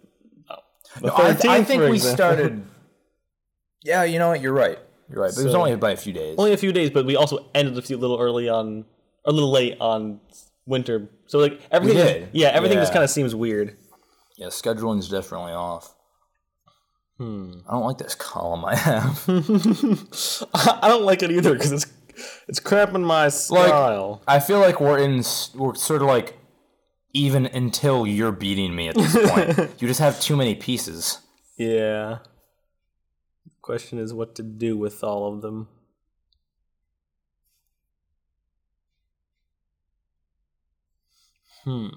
[SPEAKER 2] Oh, the
[SPEAKER 1] No, I, th- I
[SPEAKER 2] 13th,
[SPEAKER 1] think
[SPEAKER 2] for
[SPEAKER 1] we
[SPEAKER 2] [laughs] example.
[SPEAKER 1] started. yeah, you know what? You're right. You're right. But it was
[SPEAKER 2] So-
[SPEAKER 1] only by a few days.
[SPEAKER 2] only a few days, but we also ended a few little early on, a little late on winter. So like everything,
[SPEAKER 1] did.
[SPEAKER 2] yeah, everything just
[SPEAKER 1] Yeah.
[SPEAKER 2] kind of seems weird.
[SPEAKER 1] Yeah, scheduling's definitely off. I don't like this column I have.
[SPEAKER 2] [laughs]
[SPEAKER 1] [laughs]
[SPEAKER 2] I don't like it either because it's it's cramping my style.
[SPEAKER 1] I feel like we're in s- we're sort of like even until you're beating me at this point. you just have too many pieces.
[SPEAKER 2] yeah. Question is what to do with all of them. Hmm.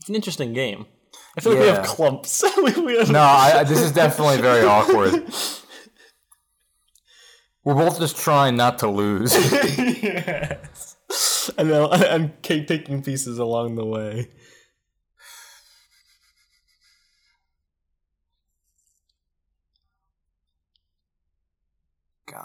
[SPEAKER 2] It's an interesting game. I feel like we have
[SPEAKER 1] Yeah.
[SPEAKER 2] clumps. [laughs] we, we have
[SPEAKER 1] No, I, I- this is definitely very awkward. We're both just trying not to lose.
[SPEAKER 2] yes. And then [laughs] I'm ca- taking pieces along the way.
[SPEAKER 1] [laughs]
[SPEAKER 2] [laughs]
[SPEAKER 1] God,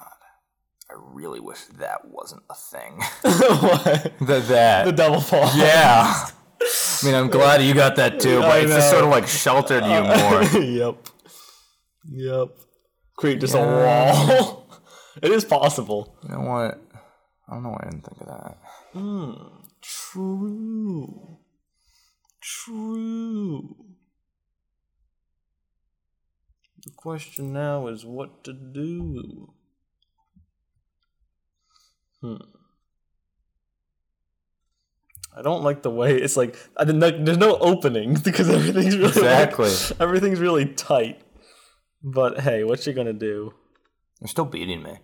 [SPEAKER 1] I really wish that wasn't a thing.
[SPEAKER 2] What?
[SPEAKER 1] the, [laughs] that.
[SPEAKER 2] the double fall.
[SPEAKER 1] yeah. I mean, I'm glad you got that too,
[SPEAKER 2] I
[SPEAKER 1] but it's just
[SPEAKER 2] know.
[SPEAKER 1] sort of like sheltered you more.
[SPEAKER 2] [laughs] yep. Yep. Create just
[SPEAKER 1] Yeah.
[SPEAKER 2] a wall. [laughs] it is possible.
[SPEAKER 1] [laughs] You know what? I don't know why I didn't think of that.
[SPEAKER 2] True. True. The question now is what to do. Hmm. I don't like the way it's like. I didn't like. There's no opening [laughs] because everything's really
[SPEAKER 1] Exactly.
[SPEAKER 2] [laughs] everything's really tight. But hey, what you gonna do?
[SPEAKER 1] You're still beating me.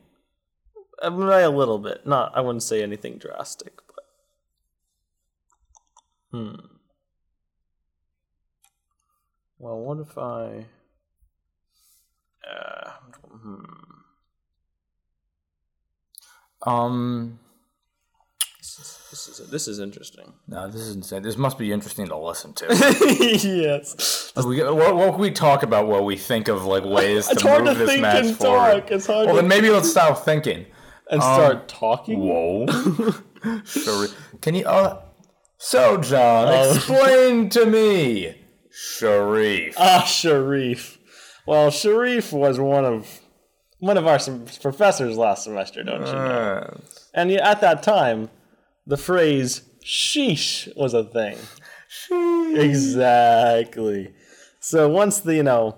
[SPEAKER 2] I mean, by a little bit. Not, I wouldn't say anything drastic, but. Hmm. Well, what if I. Uh, hmm.
[SPEAKER 1] Um,
[SPEAKER 2] This is this is, this is interesting. [laughs]
[SPEAKER 1] no, this is insane. This must be interesting to listen to. [laughs]
[SPEAKER 2] yes,
[SPEAKER 1] Like, we, what, what can we talk about while we think of like ways to
[SPEAKER 2] [laughs] it's hard to
[SPEAKER 1] move this
[SPEAKER 2] think
[SPEAKER 1] match
[SPEAKER 2] and
[SPEAKER 1] forward?
[SPEAKER 2] talk. It's hard
[SPEAKER 1] Well,
[SPEAKER 2] to
[SPEAKER 1] then maybe let's stop thinking.
[SPEAKER 2] and start talking.
[SPEAKER 1] [laughs] Whoa. Shari- Can you? Uh, so, John,
[SPEAKER 2] Oh.
[SPEAKER 1] explain to me, Sharif.
[SPEAKER 2] Ah, Sharif. Well, Sharif was one of one of our sem- professors last semester, don't you know?
[SPEAKER 1] Uh,
[SPEAKER 2] And yet at that time, the phrase sheesh was a thing. Exactly. So once the, you know,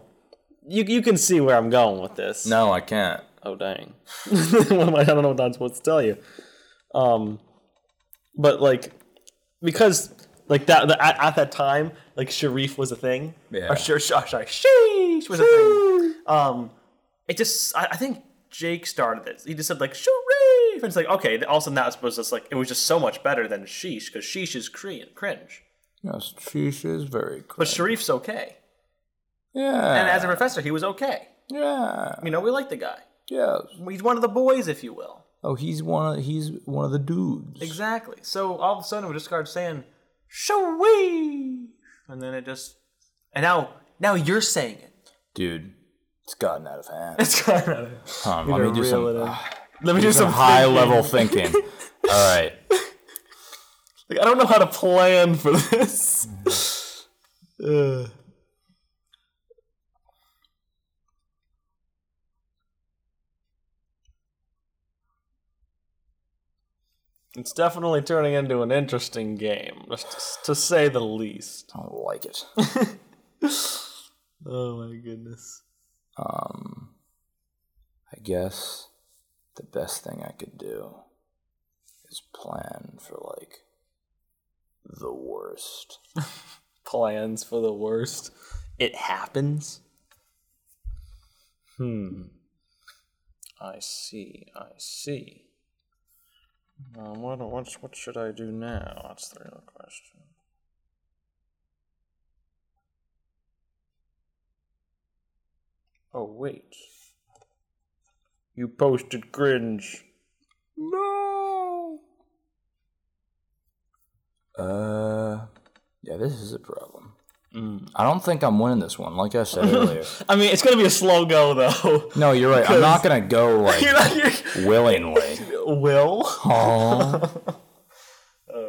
[SPEAKER 2] you, you can see where I'm going with this.
[SPEAKER 1] no, I can't.
[SPEAKER 2] Oh, dang. [laughs] what am I, I don't know what I'm supposed to tell you. Um, but like, because like that, the, at, at that time, like Sharif was a thing.
[SPEAKER 1] Yeah.
[SPEAKER 2] Or, sh- sh- or sorry, sheesh was a thing. Um, it just, I, I think Jake started it. He just said like Sharif, and it's like okay. th- All of a sudden that was just like it was just so much better than sheesh because sheesh is cre- cringe,
[SPEAKER 1] Yes, sheesh is very cool.
[SPEAKER 2] but Sharif's okay.
[SPEAKER 1] Yeah.
[SPEAKER 2] And as a professor, he was okay.
[SPEAKER 1] yeah.
[SPEAKER 2] You know, we like the guy.
[SPEAKER 1] Yes.
[SPEAKER 2] He's one of the boys, if you will.
[SPEAKER 1] Oh, he's one. Of, he's one of the dudes.
[SPEAKER 2] Exactly. So all of a sudden we just started saying "shawee," and then it just and now now you're saying it.
[SPEAKER 1] Dude, it's gotten out of hand.
[SPEAKER 2] [laughs] It's kind of
[SPEAKER 1] Hold on, let me do some,
[SPEAKER 2] Let me do some,
[SPEAKER 1] some high
[SPEAKER 2] thinking. [laughs]
[SPEAKER 1] level thinking. All right.
[SPEAKER 2] Like, I don't know how to plan for this. [sighs] Ugh. It's definitely turning into an interesting game, [laughs] just to say the least.
[SPEAKER 1] I don't like it.
[SPEAKER 2] Oh my goodness.
[SPEAKER 1] Um, I guess the best thing I could do is plan for like the worst.
[SPEAKER 2] plans for the worst. It happens. Hmm. I see. I see. Now, what, what, what should I do now? That's the real question. Oh, wait. You posted cringe.
[SPEAKER 1] No. Uh, yeah, this is a problem.
[SPEAKER 2] Mm.
[SPEAKER 1] I don't think I'm winning this one. Like I
[SPEAKER 2] [laughs]
[SPEAKER 1] said earlier.
[SPEAKER 2] I mean, it's gonna be a slow go, though. [laughs]
[SPEAKER 1] No, you're right. I'm not gonna go like
[SPEAKER 2] You're not- [laughs] you're-
[SPEAKER 1] willingly.
[SPEAKER 2] Will? [laughs]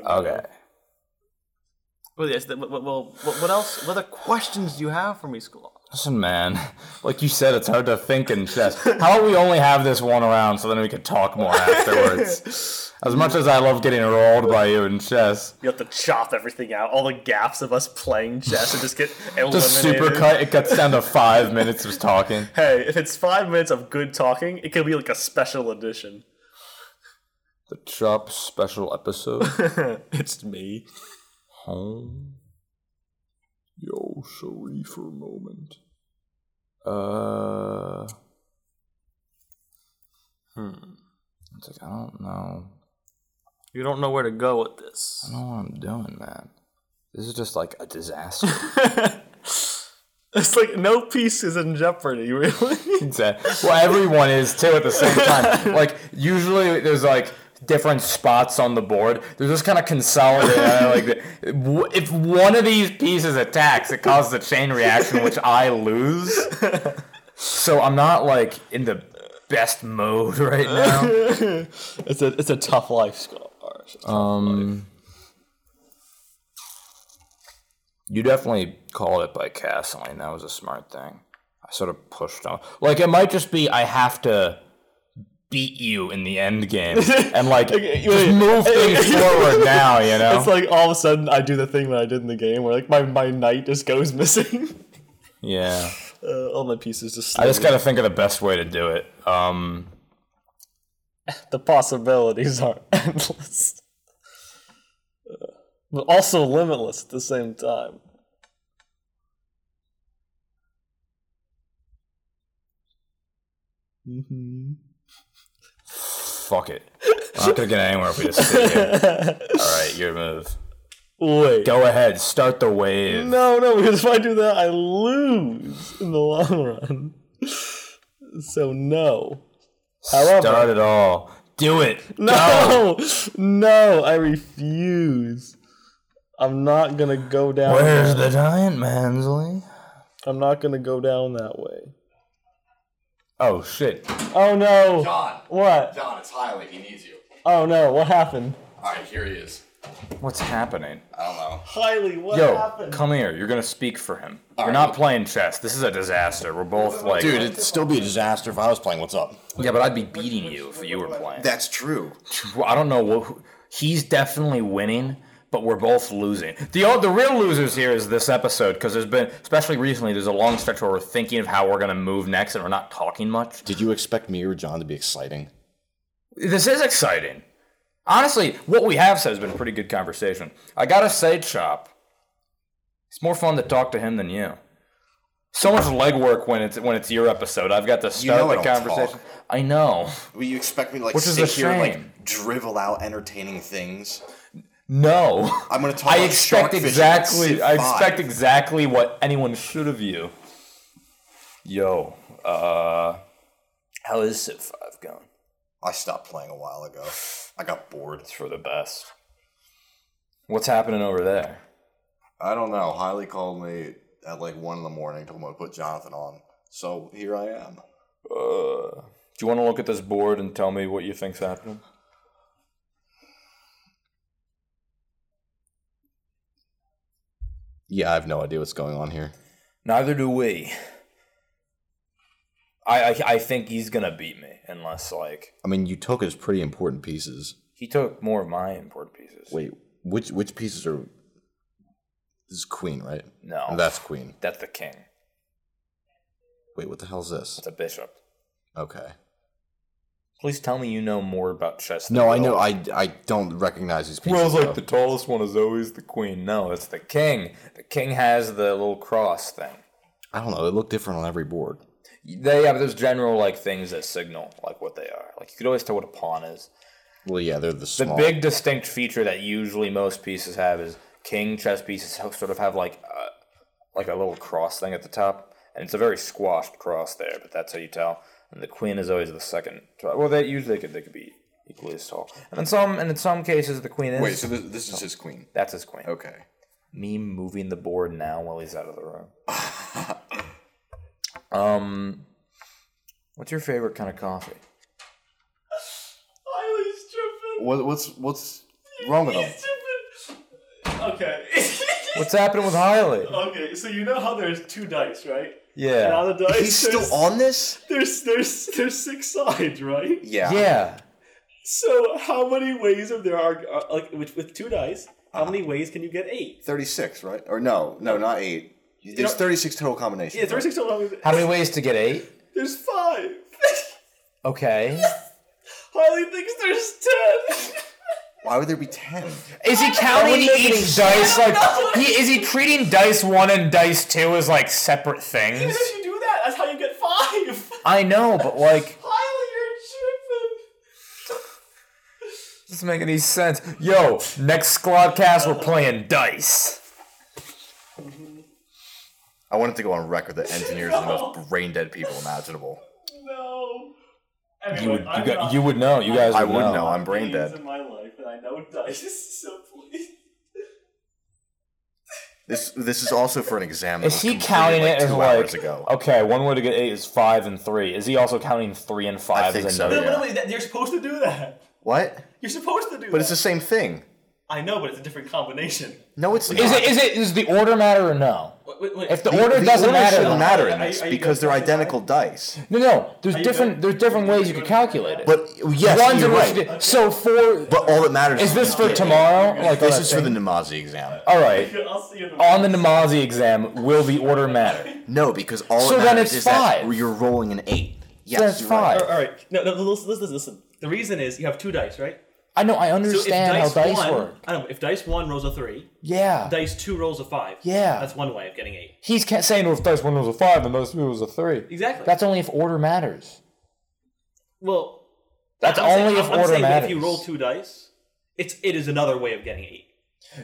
[SPEAKER 1] Oh. okay.
[SPEAKER 2] Well, yes. th- Well, well, well, what else? What other questions do you have for me, school?
[SPEAKER 1] Listen, man, like you said, it's hard to think and test. How about we only have this one around so then we can talk more afterwards? As much as I love getting rolled by you in chess,
[SPEAKER 2] You have to chop everything out, all the gaps of us playing chess, and just [laughs] get eliminated.
[SPEAKER 1] just supercut, it cuts down to five minutes of talking.
[SPEAKER 2] Hey, if it's five minutes of good talking, it could be like a special edition. [laughs]
[SPEAKER 1] The Chop special episode.
[SPEAKER 2] it's me.
[SPEAKER 1] Home. Yo, sorry for a moment. Uh. Hmm. It's like, I don't know.
[SPEAKER 2] You don't know where to go with this.
[SPEAKER 1] I don't know what I'm doing, man. This is just like a disaster.
[SPEAKER 2] It's like no piece is in jeopardy, [laughs] really.
[SPEAKER 1] Exactly. Well, everyone is too at the same time. Like usually, there's like different spots on the board. They're just kind of consolidated. uh, like w- if one of these pieces attacks, it causes a chain reaction, which I lose. So I'm not like in the best mode right now.
[SPEAKER 2] it's a it's a tough life, Scott.
[SPEAKER 1] Um, you definitely called it by castling. That was a smart thing. I sort of pushed on. Like it might just be I have to beat you in the end
[SPEAKER 2] [laughs]
[SPEAKER 1] game and like
[SPEAKER 2] Okay,
[SPEAKER 1] just
[SPEAKER 2] wait. [laughs]
[SPEAKER 1] move things forward now. You know.
[SPEAKER 2] It's like all of a sudden I do the thing that I did in the game, where like my, my knight just goes [laughs] missing.
[SPEAKER 1] yeah.
[SPEAKER 2] Uh, all my pieces just.
[SPEAKER 1] I just gotta think of the best way to do it. Um,
[SPEAKER 2] the possibilities are [laughs] endless, Uh, but also limitless at the same time. Mm-hmm.
[SPEAKER 1] fuck it. We're not gonna get anywhere if we just sit
[SPEAKER 2] [laughs]
[SPEAKER 1] here. All right, your move.
[SPEAKER 2] [laughs] Wait.
[SPEAKER 1] Go ahead, start the wave.
[SPEAKER 2] No, no, because if I do that, I lose in the long run. So no. However,
[SPEAKER 1] Start it all. Do it.
[SPEAKER 2] [laughs] no, no, I refuse. I'm not gonna go down.
[SPEAKER 1] Where's the giant, Mansley?
[SPEAKER 2] I'm not gonna go down that way.
[SPEAKER 1] Oh shit.
[SPEAKER 2] Oh no!
[SPEAKER 3] John,
[SPEAKER 2] What?
[SPEAKER 3] John, it's Hiley. He needs you.
[SPEAKER 2] Oh no! What happened?
[SPEAKER 3] All right, here he is.
[SPEAKER 1] What's happening?
[SPEAKER 3] I don't know.
[SPEAKER 2] Highly, what
[SPEAKER 1] Yo,
[SPEAKER 2] happened?
[SPEAKER 1] come here. You're gonna speak for him. We're not playing chess. This is a disaster. We're both like
[SPEAKER 3] Dude, it'd still be a disaster if I was playing. What's up?
[SPEAKER 1] Yeah, but I'd be beating you if you were playing.
[SPEAKER 3] That's true.
[SPEAKER 1] Well, I don't know what who- he's definitely winning, but we're both losing. The o- the real losers here is this episode because there's been especially recently there's a long stretch where we're thinking of how we're gonna move next and we're not talking much.
[SPEAKER 3] Did you expect me or John to be exciting?
[SPEAKER 1] This is exciting. Honestly, what we have said has been a pretty good conversation. I gotta say, Chop, it's more fun to talk to him than you. So much legwork when it's when it's your episode. I've got to start
[SPEAKER 3] know I
[SPEAKER 1] the
[SPEAKER 3] don't
[SPEAKER 1] conversation.
[SPEAKER 3] talk.
[SPEAKER 1] I know.
[SPEAKER 3] Well, you expect me to like
[SPEAKER 1] Which is
[SPEAKER 3] sit
[SPEAKER 1] a
[SPEAKER 3] here and
[SPEAKER 1] shame.
[SPEAKER 3] like drivel out entertaining things?
[SPEAKER 1] No.
[SPEAKER 3] I'm gonna talk.
[SPEAKER 1] I
[SPEAKER 3] about
[SPEAKER 1] expect
[SPEAKER 3] shark fishing at
[SPEAKER 1] exactly.
[SPEAKER 3] Civ
[SPEAKER 1] I
[SPEAKER 3] five.
[SPEAKER 1] expect exactly what anyone should of you. Yo, uh, how is Civ Five going?
[SPEAKER 3] I stopped playing a while ago. I got bored.
[SPEAKER 1] It's for the best. What's happening over there?
[SPEAKER 3] I don't know. Hiley called me at like one in the morning, told me to put Jonathan on. So here I am.
[SPEAKER 1] Uh, do you want to look at this board and tell me what you think's happening?
[SPEAKER 3] Yeah, I have no idea what's going on here.
[SPEAKER 1] Neither do we. I, I I think he's gonna beat me unless like
[SPEAKER 3] I mean, you took his pretty important pieces.
[SPEAKER 1] he took more of my import pieces.
[SPEAKER 3] Wait, which which pieces are? This is queen, right?
[SPEAKER 1] no,
[SPEAKER 3] That's queen.
[SPEAKER 1] that's the king.
[SPEAKER 3] Wait, what the hell's this?
[SPEAKER 1] It's a bishop.
[SPEAKER 3] Okay.
[SPEAKER 1] Please tell me you know more about chess. than
[SPEAKER 3] No, I
[SPEAKER 1] Will.
[SPEAKER 3] know. I I don't recognize these pieces.
[SPEAKER 1] Will's
[SPEAKER 3] though.
[SPEAKER 1] like the tallest one is always the queen. No, it's the king. The king has the little cross thing.
[SPEAKER 3] I don't know. They look different on every board.
[SPEAKER 1] They have those general like things that signal like what they are. Like you could always tell what a pawn is.
[SPEAKER 3] Well, yeah, they're the
[SPEAKER 1] The
[SPEAKER 3] small.
[SPEAKER 1] big distinct feature that usually most pieces have is king chess pieces ho- sort of have like a, like a little cross thing at the top, and it's a very squashed cross there, but that's how you tell. And the queen is always the second. Well, they usually could they could be equally as tall, and in some and in some cases the queen is.
[SPEAKER 3] this, this is his queen.
[SPEAKER 1] that's his queen.
[SPEAKER 3] Okay.
[SPEAKER 1] Me moving the board now while he's out of the room. um, what's your favorite kind of coffee?
[SPEAKER 2] Highly's tripping.
[SPEAKER 3] What, what's what's wrong with him?
[SPEAKER 2] He's tripping. Okay.
[SPEAKER 1] What's happening with Highly?
[SPEAKER 4] [laughs] Okay, so you know how there's two dice, right? And
[SPEAKER 1] Yeah.
[SPEAKER 4] on the dice,
[SPEAKER 3] He's
[SPEAKER 4] there's,
[SPEAKER 3] still on this?
[SPEAKER 4] there's there's there's six sides, right?
[SPEAKER 3] Yeah.
[SPEAKER 1] Yeah.
[SPEAKER 4] So how many ways of there are are- like with, with two dice? How many ways can you get eight?
[SPEAKER 3] 36, right? Or no, no, not 8. There's
[SPEAKER 4] know-
[SPEAKER 3] 36 total combinations.
[SPEAKER 4] Yeah, thirty six total.
[SPEAKER 1] How many ways to get eight?
[SPEAKER 4] There's five. [laughs]
[SPEAKER 1] Okay.
[SPEAKER 4] Harley thinks there's ten. [laughs]
[SPEAKER 3] Why would there be 10?
[SPEAKER 1] Is he counting each dice like he is he treating dice one and dice two as like separate things?
[SPEAKER 4] [laughs] Even if you do that, that's how you get [laughs] five.
[SPEAKER 1] I know, but like
[SPEAKER 4] Harley, you're tripping.
[SPEAKER 1] doesn't make any sense. Yo, next Squadcast we're playing dice.
[SPEAKER 3] I wanted to go on record that engineers are the most brain dead people imaginable.
[SPEAKER 4] No.
[SPEAKER 1] You
[SPEAKER 4] Anyway,
[SPEAKER 1] would
[SPEAKER 4] I'm
[SPEAKER 1] you, got,
[SPEAKER 4] not-
[SPEAKER 1] you would know. You guys
[SPEAKER 3] I
[SPEAKER 1] would
[SPEAKER 3] would know. I'm brain
[SPEAKER 4] games
[SPEAKER 3] dead.
[SPEAKER 4] in my life, and I know [laughs] dice. So please.
[SPEAKER 3] This this is also for an exam. that
[SPEAKER 1] Is
[SPEAKER 3] was
[SPEAKER 1] he
[SPEAKER 3] completed,
[SPEAKER 1] counting
[SPEAKER 3] like
[SPEAKER 1] it as
[SPEAKER 3] two
[SPEAKER 1] like
[SPEAKER 3] hours ago?
[SPEAKER 1] okay, one way to get eight is five and three. Is he also counting three and five?
[SPEAKER 3] think
[SPEAKER 1] as a
[SPEAKER 3] so,
[SPEAKER 1] number?
[SPEAKER 4] No,
[SPEAKER 3] yeah.
[SPEAKER 4] but wait, that- you're supposed to do that.
[SPEAKER 3] What?
[SPEAKER 4] You're supposed to do that.
[SPEAKER 3] But it's the same thing.
[SPEAKER 4] I know, but it's a different combination.
[SPEAKER 3] No, it's not.
[SPEAKER 1] Is it is it is the order matter or no?
[SPEAKER 4] Wait, wait, wait.
[SPEAKER 1] If the,
[SPEAKER 3] The
[SPEAKER 1] order doesn't
[SPEAKER 3] order
[SPEAKER 1] matter,
[SPEAKER 3] shouldn't matter in
[SPEAKER 4] Are you-
[SPEAKER 3] this
[SPEAKER 4] are you
[SPEAKER 3] because
[SPEAKER 4] good
[SPEAKER 3] they're
[SPEAKER 4] at that?
[SPEAKER 3] identical dice.
[SPEAKER 1] no, no. There's
[SPEAKER 4] you
[SPEAKER 1] different.
[SPEAKER 4] good?
[SPEAKER 1] There's different ways you can calculate it.
[SPEAKER 3] But yes,
[SPEAKER 1] One's
[SPEAKER 3] you're
[SPEAKER 1] in which
[SPEAKER 3] right.
[SPEAKER 1] the- so for
[SPEAKER 3] But all that matters
[SPEAKER 1] is this for
[SPEAKER 3] the-
[SPEAKER 1] tomorrow? Oh. Like
[SPEAKER 3] This
[SPEAKER 1] on
[SPEAKER 3] is
[SPEAKER 1] that
[SPEAKER 3] for the
[SPEAKER 1] thing?
[SPEAKER 3] Namazi exam.
[SPEAKER 1] all right.
[SPEAKER 4] [laughs] I'll see you in a
[SPEAKER 1] On
[SPEAKER 4] minute.
[SPEAKER 1] the Namazi exam, will the order matter?
[SPEAKER 3] No, because all
[SPEAKER 1] So
[SPEAKER 3] that
[SPEAKER 1] then
[SPEAKER 3] matters
[SPEAKER 1] it's
[SPEAKER 3] is that
[SPEAKER 1] five.
[SPEAKER 3] you're rolling an eight. Yes,
[SPEAKER 1] That's
[SPEAKER 3] you're right.
[SPEAKER 1] five.
[SPEAKER 4] All right. No, no. Listen, listen, listen. The reason is you have two dice, right?
[SPEAKER 1] I know. I
[SPEAKER 4] So
[SPEAKER 1] understand
[SPEAKER 4] if dice
[SPEAKER 1] how dice
[SPEAKER 4] one,
[SPEAKER 1] work.
[SPEAKER 4] I don't know. If dice one rolls a three,
[SPEAKER 1] Yeah,
[SPEAKER 4] dice two rolls a five.
[SPEAKER 1] Yeah.
[SPEAKER 4] That's one way of getting eight.
[SPEAKER 1] he's ca- saying well, if dice one was a five and those two was a three.
[SPEAKER 4] Exactly.
[SPEAKER 1] That's only if order matters.
[SPEAKER 4] well.
[SPEAKER 1] That's
[SPEAKER 4] I'm saying-
[SPEAKER 1] only if
[SPEAKER 4] I'm- I'm
[SPEAKER 1] order
[SPEAKER 4] saying that
[SPEAKER 1] matters.
[SPEAKER 4] If you roll two dice, it's it is another way of getting eight.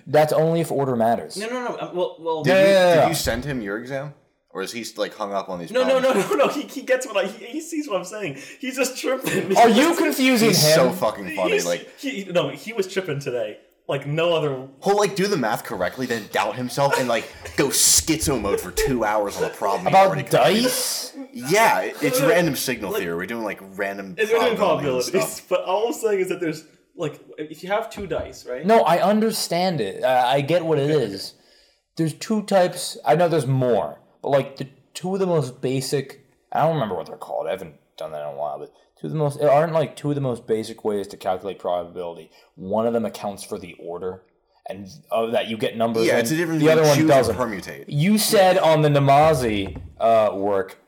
[SPEAKER 1] That's only if order matters.
[SPEAKER 4] No, no, no. um, Well, well.
[SPEAKER 1] Yeah, yeah, yeah,
[SPEAKER 3] Did
[SPEAKER 1] yeah.
[SPEAKER 3] you send him your exam, or is he like hung up on these?
[SPEAKER 4] No, no,
[SPEAKER 3] problems?
[SPEAKER 4] no, [laughs] no, no. He, he gets what I. He, he sees what I'm saying. He's just tripping.
[SPEAKER 1] Are Oh, you confusing
[SPEAKER 3] He's
[SPEAKER 1] him?
[SPEAKER 3] so fucking funny.
[SPEAKER 4] He's-
[SPEAKER 3] Like
[SPEAKER 4] he, no, he was tripping today. Like no other.
[SPEAKER 3] he'll like do the math correctly, then doubt himself and like go schizo mode for two hours on the problem. he already
[SPEAKER 1] About
[SPEAKER 3] completed.
[SPEAKER 1] dice?
[SPEAKER 3] Yeah, it- it's
[SPEAKER 4] Like-
[SPEAKER 3] random signal theory. We're doing like random.
[SPEAKER 4] It's doing
[SPEAKER 3] probabilities and
[SPEAKER 4] probabilities,
[SPEAKER 3] stuff.
[SPEAKER 4] [laughs] but all I'm saying is that there's like if you have two dice, right?
[SPEAKER 1] No, I understand it. I, I get what it is. There's two types. I know there's more, but like the two of the most basic. I don't remember what they're called. I haven't done that in a while. But two of the most there aren't like two of the most basic ways to calculate probability. One of them accounts for the order, and of that you get numbers.
[SPEAKER 3] Yeah,
[SPEAKER 1] in.
[SPEAKER 3] it's a different.
[SPEAKER 1] The other one doesn't.
[SPEAKER 3] permutate.
[SPEAKER 1] you said on the Namazi uh, work,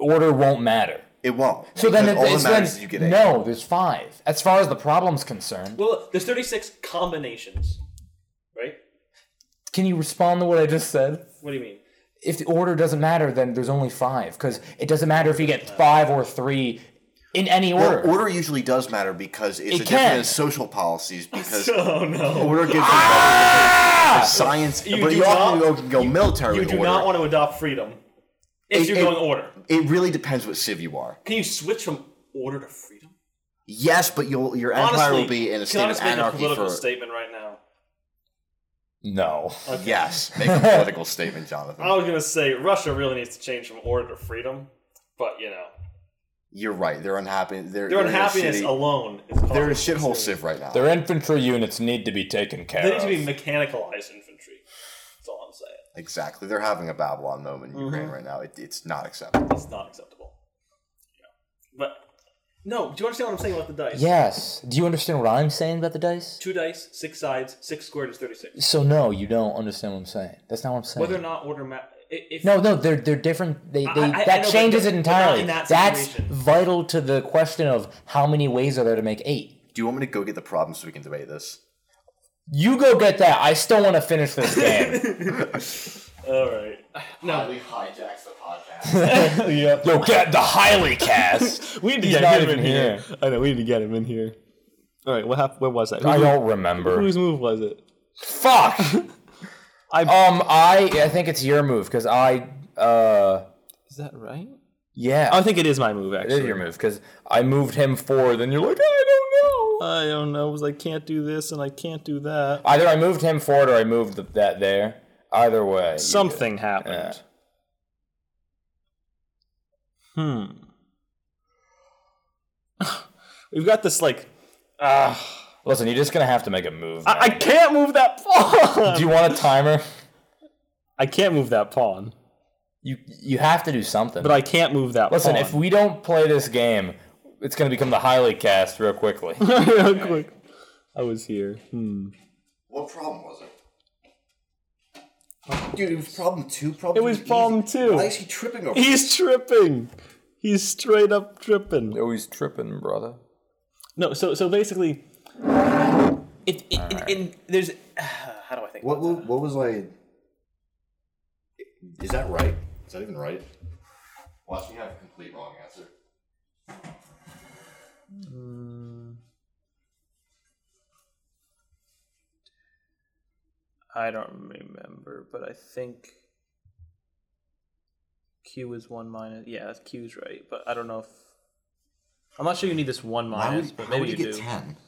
[SPEAKER 1] order won't matter.
[SPEAKER 3] It won't.
[SPEAKER 1] So then,
[SPEAKER 3] because
[SPEAKER 1] it,
[SPEAKER 3] all that
[SPEAKER 1] it's then
[SPEAKER 3] matters is you get eight.
[SPEAKER 1] no. There's five. As far as the problem's concerned,
[SPEAKER 4] Well, there's 36 combinations, right?
[SPEAKER 1] can you respond to what I just said?
[SPEAKER 4] What do you mean?
[SPEAKER 1] if the order doesn't matter, then there's only five because it doesn't matter if you get five or three in any
[SPEAKER 3] Well,
[SPEAKER 1] order.
[SPEAKER 3] order usually does matter because
[SPEAKER 1] It
[SPEAKER 3] it's a
[SPEAKER 1] can.
[SPEAKER 3] different in social policies because
[SPEAKER 4] [laughs] Oh no.
[SPEAKER 3] order gives you
[SPEAKER 1] Ah!
[SPEAKER 3] science,
[SPEAKER 4] You
[SPEAKER 3] but
[SPEAKER 4] do
[SPEAKER 3] you often
[SPEAKER 4] not-
[SPEAKER 3] go, can go military
[SPEAKER 4] You
[SPEAKER 3] with
[SPEAKER 4] do
[SPEAKER 3] order.
[SPEAKER 4] not want to adopt freedom if
[SPEAKER 3] It-
[SPEAKER 4] you're
[SPEAKER 3] it-
[SPEAKER 4] going order.
[SPEAKER 3] it really depends what civ you are.
[SPEAKER 4] Can you switch from order to freedom?
[SPEAKER 3] Yes, but you'll, your empire
[SPEAKER 4] Honestly,
[SPEAKER 3] will be in a
[SPEAKER 4] can
[SPEAKER 3] state
[SPEAKER 4] I
[SPEAKER 3] of
[SPEAKER 4] just make a
[SPEAKER 3] anarchy
[SPEAKER 4] political
[SPEAKER 3] for.
[SPEAKER 4] statement right now?
[SPEAKER 1] no.
[SPEAKER 3] Yes, make a political statement, Jonathan.
[SPEAKER 4] I was gonna say Russia really needs to change from order to freedom, but you know,
[SPEAKER 3] You're right. They're unhappy. They're,
[SPEAKER 4] their
[SPEAKER 3] they're in a
[SPEAKER 4] unhappiness
[SPEAKER 3] shitty-
[SPEAKER 4] alone is causing
[SPEAKER 3] They're a shithole
[SPEAKER 4] this.
[SPEAKER 3] civ right now.
[SPEAKER 1] Their infantry units need to be taken care
[SPEAKER 4] They need to
[SPEAKER 1] of.
[SPEAKER 4] be mechanicalized infantry. That's all I'm saying.
[SPEAKER 3] exactly. They're having a Babylon moment in Ukraine right now. It, it's not acceptable.
[SPEAKER 4] It's not acceptable. Yeah. But no, do you understand what I'm saying about the dice?
[SPEAKER 1] yes. Do you understand what I'm saying about the dice?
[SPEAKER 4] Two dice, six sides, six squared is thirty-six.
[SPEAKER 1] So no, you don't understand what I'm saying. That's not what I'm saying.
[SPEAKER 4] Whether or not order ma- i- if
[SPEAKER 1] no, no, they're they're different. They, they
[SPEAKER 4] I- I- I
[SPEAKER 1] that
[SPEAKER 4] know, but
[SPEAKER 1] changes
[SPEAKER 4] they're-
[SPEAKER 1] it
[SPEAKER 4] they're not
[SPEAKER 1] entirely.
[SPEAKER 4] in that
[SPEAKER 1] That's
[SPEAKER 4] situation.
[SPEAKER 1] vital to the question of how many ways are there to make eight.
[SPEAKER 3] Do you want me to go get the problem so we can debate this?
[SPEAKER 1] You go get that. I still want to finish this [laughs] game.
[SPEAKER 4] All right. No,
[SPEAKER 3] Highly hijacks the podcast.
[SPEAKER 1] Yo, get the highly cast.
[SPEAKER 2] We need to
[SPEAKER 1] He's
[SPEAKER 2] get
[SPEAKER 1] not
[SPEAKER 2] him in
[SPEAKER 1] even
[SPEAKER 2] here.
[SPEAKER 1] here.
[SPEAKER 2] I know we need to get him in here. All right, what happened? Where was that?
[SPEAKER 1] I
[SPEAKER 2] Whose-
[SPEAKER 1] don't remember.
[SPEAKER 2] Whose move was it? [laughs]
[SPEAKER 1] Fuck. um, I I think it's your move because I uh
[SPEAKER 2] Is that right?
[SPEAKER 1] yeah
[SPEAKER 2] I think it is my move
[SPEAKER 1] it is
[SPEAKER 2] actually.
[SPEAKER 1] your move because I moved him forward. Then you're like I don't know.
[SPEAKER 2] I don't know. I was like, can't do this and I can't do that.
[SPEAKER 1] Either I moved him forward or I moved the, that there. Either way, you
[SPEAKER 2] Something happened. Hmm. [sighs] We've got this like. Ah,
[SPEAKER 1] good. Listen, you're just gonna have to make a move.
[SPEAKER 2] I, I
[SPEAKER 1] man.
[SPEAKER 2] can't move that
[SPEAKER 1] Do
[SPEAKER 2] pawn. [laughs]
[SPEAKER 1] you want a timer?
[SPEAKER 2] I can't move that pawn,
[SPEAKER 1] You you have to do something.
[SPEAKER 2] but I can't move that
[SPEAKER 1] Listen,
[SPEAKER 2] pawn.
[SPEAKER 1] if we don't play this game, it's going to become the highly cast real
[SPEAKER 2] [laughs]
[SPEAKER 1] quickly.
[SPEAKER 2] Real quick. I was here. Hmm.
[SPEAKER 3] What problem was it? Dude, it was problem two. Problem.
[SPEAKER 2] It was
[SPEAKER 3] easy.
[SPEAKER 2] problem two.
[SPEAKER 3] Why is he tripping over?
[SPEAKER 2] He's tripping. He's straight up tripping.
[SPEAKER 1] Always tripping, brother.
[SPEAKER 2] No, so so basically,
[SPEAKER 4] It, it, it, in- there's [sighs] how do I
[SPEAKER 3] [laughs]
[SPEAKER 4] think?
[SPEAKER 3] What, what what was I? Is that right? Is that even right? Watch me have a complete wrong answer.
[SPEAKER 2] I don't remember, but I think Q is one minus. Yeah, that's Q's right, but I don't know if I'm not sure you need this one minus, but maybe you do.
[SPEAKER 3] ten?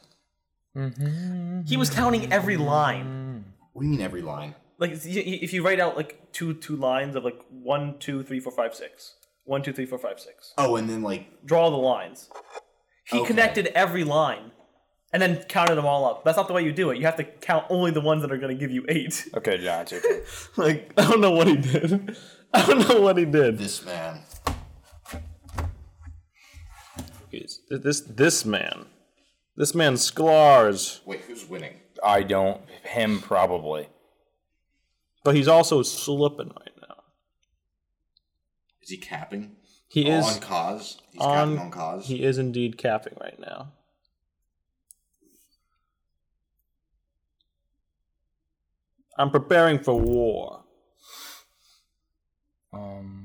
[SPEAKER 4] He was counting every line.
[SPEAKER 3] What do you mean every line?
[SPEAKER 4] Like it's- y- y- if you write out like two two lines of like one two three four five six. One, two, three, four, five, six.
[SPEAKER 3] Oh, and then like
[SPEAKER 4] Draw the lines. He
[SPEAKER 3] Okay.
[SPEAKER 4] connected every line, and then counted them all up. That's not the way you do it. You have to count only the ones that are going to give you eight.
[SPEAKER 1] Okay, John, it's your turn.
[SPEAKER 2] Like [laughs] I don't know what he did. [laughs] I don't know what he did.
[SPEAKER 3] this man.
[SPEAKER 2] This this, this man, this man Sklar's,
[SPEAKER 3] Wait, who's winning?
[SPEAKER 1] I don't. Him probably.
[SPEAKER 2] but he's also slipping right now.
[SPEAKER 3] Is he capping?
[SPEAKER 2] He
[SPEAKER 1] Oh,
[SPEAKER 2] is
[SPEAKER 3] on cause. He's
[SPEAKER 2] on-
[SPEAKER 3] capping on cause.
[SPEAKER 2] He is indeed capping right now. I'm preparing for war.
[SPEAKER 1] Um.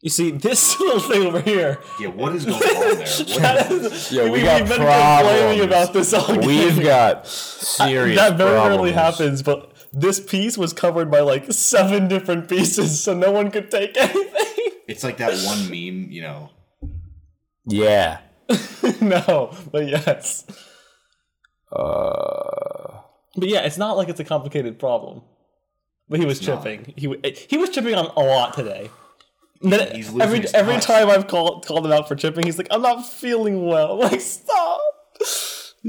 [SPEAKER 2] You see, this [laughs] little thing over here.
[SPEAKER 3] yeah, what is going
[SPEAKER 2] [laughs]
[SPEAKER 3] on there? What is this?
[SPEAKER 1] Yeah, we got
[SPEAKER 2] have been complaining
[SPEAKER 1] problems.
[SPEAKER 2] about this all
[SPEAKER 1] [laughs] We've
[SPEAKER 2] game.
[SPEAKER 1] got serious.
[SPEAKER 2] that very rarely
[SPEAKER 1] problems.
[SPEAKER 2] happens, but this piece was covered by like seven different pieces, so no one could take [laughs] anything.
[SPEAKER 3] It's like that one meme, you know.
[SPEAKER 1] Yeah.
[SPEAKER 2] no, but yes.
[SPEAKER 1] Uh.
[SPEAKER 2] But yeah, it's not like it's a complicated problem. But he was chipping. He wa- he was chipping on a lot today. And then
[SPEAKER 3] He's losing
[SPEAKER 2] every
[SPEAKER 3] his
[SPEAKER 2] every
[SPEAKER 3] touch.
[SPEAKER 2] time I've called called him out for chipping, he's like, "I'm not feeling well." [laughs] Like, stop.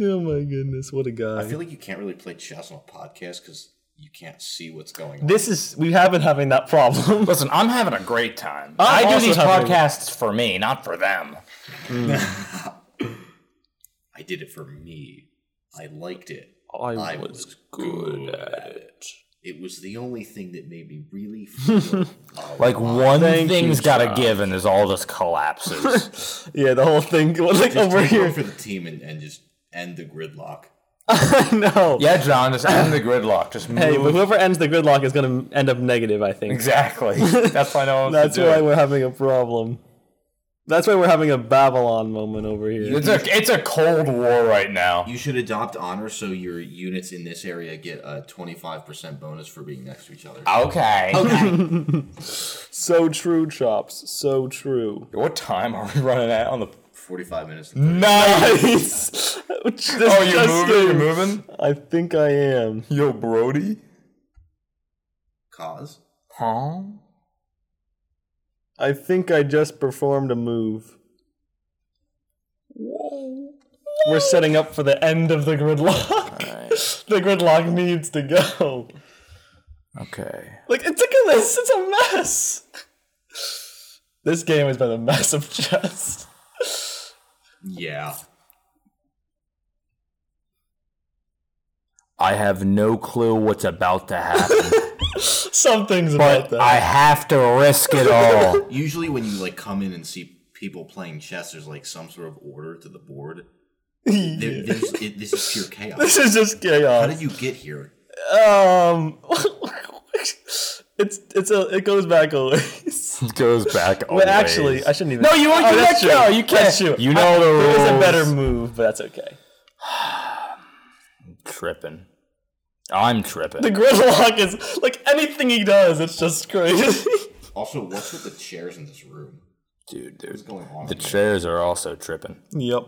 [SPEAKER 2] Oh my goodness, what a guy!
[SPEAKER 3] I feel like you can't really play chess on a podcast because you can't see what's going on.
[SPEAKER 2] this is we have been having that
[SPEAKER 1] [laughs]
[SPEAKER 2] problem. [laughs]
[SPEAKER 1] Listen, I'm having a great time.
[SPEAKER 2] I'm
[SPEAKER 1] I do
[SPEAKER 2] also
[SPEAKER 1] these
[SPEAKER 2] having-
[SPEAKER 1] podcasts for me, not for them.
[SPEAKER 3] I did it for me. I liked it.
[SPEAKER 2] I
[SPEAKER 3] was good
[SPEAKER 2] at it.
[SPEAKER 3] It was the only thing that made me
[SPEAKER 2] [laughs]
[SPEAKER 3] really feel
[SPEAKER 1] Like one
[SPEAKER 2] Thank
[SPEAKER 1] thing's
[SPEAKER 2] you,
[SPEAKER 1] got to
[SPEAKER 2] John.
[SPEAKER 1] give, and there's all this collapses.
[SPEAKER 2] Yeah, the whole thing [laughs] was like
[SPEAKER 3] just
[SPEAKER 2] over
[SPEAKER 3] take one
[SPEAKER 2] here.
[SPEAKER 3] for the team and, and just end the gridlock.
[SPEAKER 2] I know.
[SPEAKER 1] [laughs] yeah, John, just end the gridlock. Just move.
[SPEAKER 2] Hey, but whoever ends the gridlock is going to end up negative. I think.
[SPEAKER 1] exactly. [laughs] That's why no one wants
[SPEAKER 2] That's
[SPEAKER 1] to do
[SPEAKER 2] why
[SPEAKER 1] it.
[SPEAKER 2] we're having a problem. That's why we're having a Babylon moment over here.
[SPEAKER 1] It's a it's a cold war right now.
[SPEAKER 3] You should adopt honor so your units in this area get a 25% bonus for being next to each other.
[SPEAKER 1] Okay.
[SPEAKER 2] So true, Chops. So [laughs] true.
[SPEAKER 1] [laughs] What time are we running at on the
[SPEAKER 3] 45 minutes.
[SPEAKER 1] night?
[SPEAKER 2] Nice. Which is
[SPEAKER 1] [laughs] Oh, you're
[SPEAKER 2] disgusting.
[SPEAKER 1] moving. You're moving.
[SPEAKER 2] I think I am.
[SPEAKER 1] Yo, Brody.
[SPEAKER 3] Cause?
[SPEAKER 1] Huh?
[SPEAKER 2] I think I just performed a move. We're setting up for the end of the gridlock. [laughs] the gridlock needs to go.
[SPEAKER 1] Okay.
[SPEAKER 2] Like, it's look at this. It's a mess. This game has been a mess of chess.
[SPEAKER 3] Yeah.
[SPEAKER 1] I have no clue what's about to happen,
[SPEAKER 2] Some things about
[SPEAKER 1] but
[SPEAKER 2] that.
[SPEAKER 1] I have to risk it
[SPEAKER 3] [laughs]
[SPEAKER 1] all.
[SPEAKER 3] Usually when you like come in and see people playing chess, there's like some sort of order to the board. There, there's, it, this is pure
[SPEAKER 2] [laughs] This
[SPEAKER 3] chaos.
[SPEAKER 2] is just
[SPEAKER 3] How
[SPEAKER 2] chaos.
[SPEAKER 3] did you get here?
[SPEAKER 2] Um, [laughs] it's it's a it goes back a
[SPEAKER 1] [laughs]
[SPEAKER 2] ways.
[SPEAKER 1] It goes back.
[SPEAKER 2] But actually, I shouldn't even. Oh,
[SPEAKER 1] No, you won't do
[SPEAKER 2] that's
[SPEAKER 1] that, Joe. You
[SPEAKER 2] That's
[SPEAKER 1] can't.
[SPEAKER 2] true.
[SPEAKER 1] You know the
[SPEAKER 2] There is a
[SPEAKER 1] rules.
[SPEAKER 2] better move, but that's okay.
[SPEAKER 1] tripping. I'm tripping.
[SPEAKER 2] [laughs] The gridlock is like anything he does. It's just [laughs] crazy.
[SPEAKER 3] Also, what's with the chairs in this room?
[SPEAKER 1] Dude, there's
[SPEAKER 3] What's going on?
[SPEAKER 1] the chairs are also tripping.
[SPEAKER 2] yep,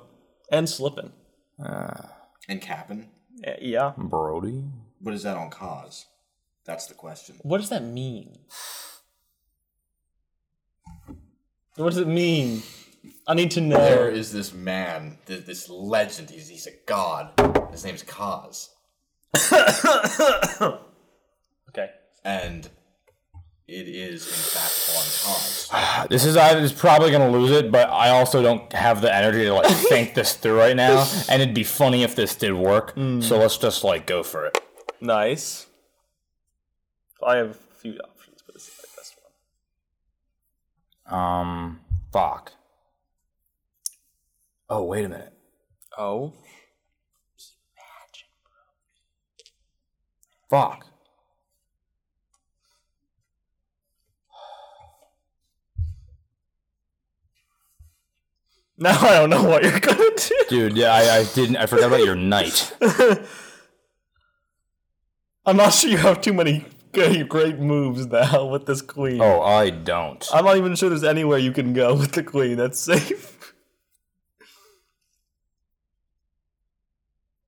[SPEAKER 2] and slipping.
[SPEAKER 3] and Cap'n?
[SPEAKER 2] Uh, Yeah. [coughs]
[SPEAKER 1] Brody.
[SPEAKER 3] What is that on cause? That's the question.
[SPEAKER 2] What does that mean? What does it mean? I need to know.
[SPEAKER 3] There is this man, th- this legend. He's, he's a god. His name's Kaz.
[SPEAKER 2] Okay.
[SPEAKER 3] And it is, in fact, on Kaz.
[SPEAKER 1] This is I was probably gonna lose it, but I also don't have the energy to like think this through right now. And it'd be funny if this did work.
[SPEAKER 2] Mm.
[SPEAKER 1] So let's just like go for it.
[SPEAKER 2] Nice. I have a few options, but this is my best one.
[SPEAKER 1] Um, fuck. Oh wait a minute.
[SPEAKER 2] Oh.
[SPEAKER 1] Fuck.
[SPEAKER 2] Now I don't know what you're gonna do.
[SPEAKER 1] Dude, yeah, I, I didn't. I forgot about your [laughs] knight.
[SPEAKER 2] I'm not sure you have too many good- great moves now with this queen.
[SPEAKER 1] Oh, I don't.
[SPEAKER 2] I'm not even sure there's anywhere you can go with the queen that's safe. [laughs]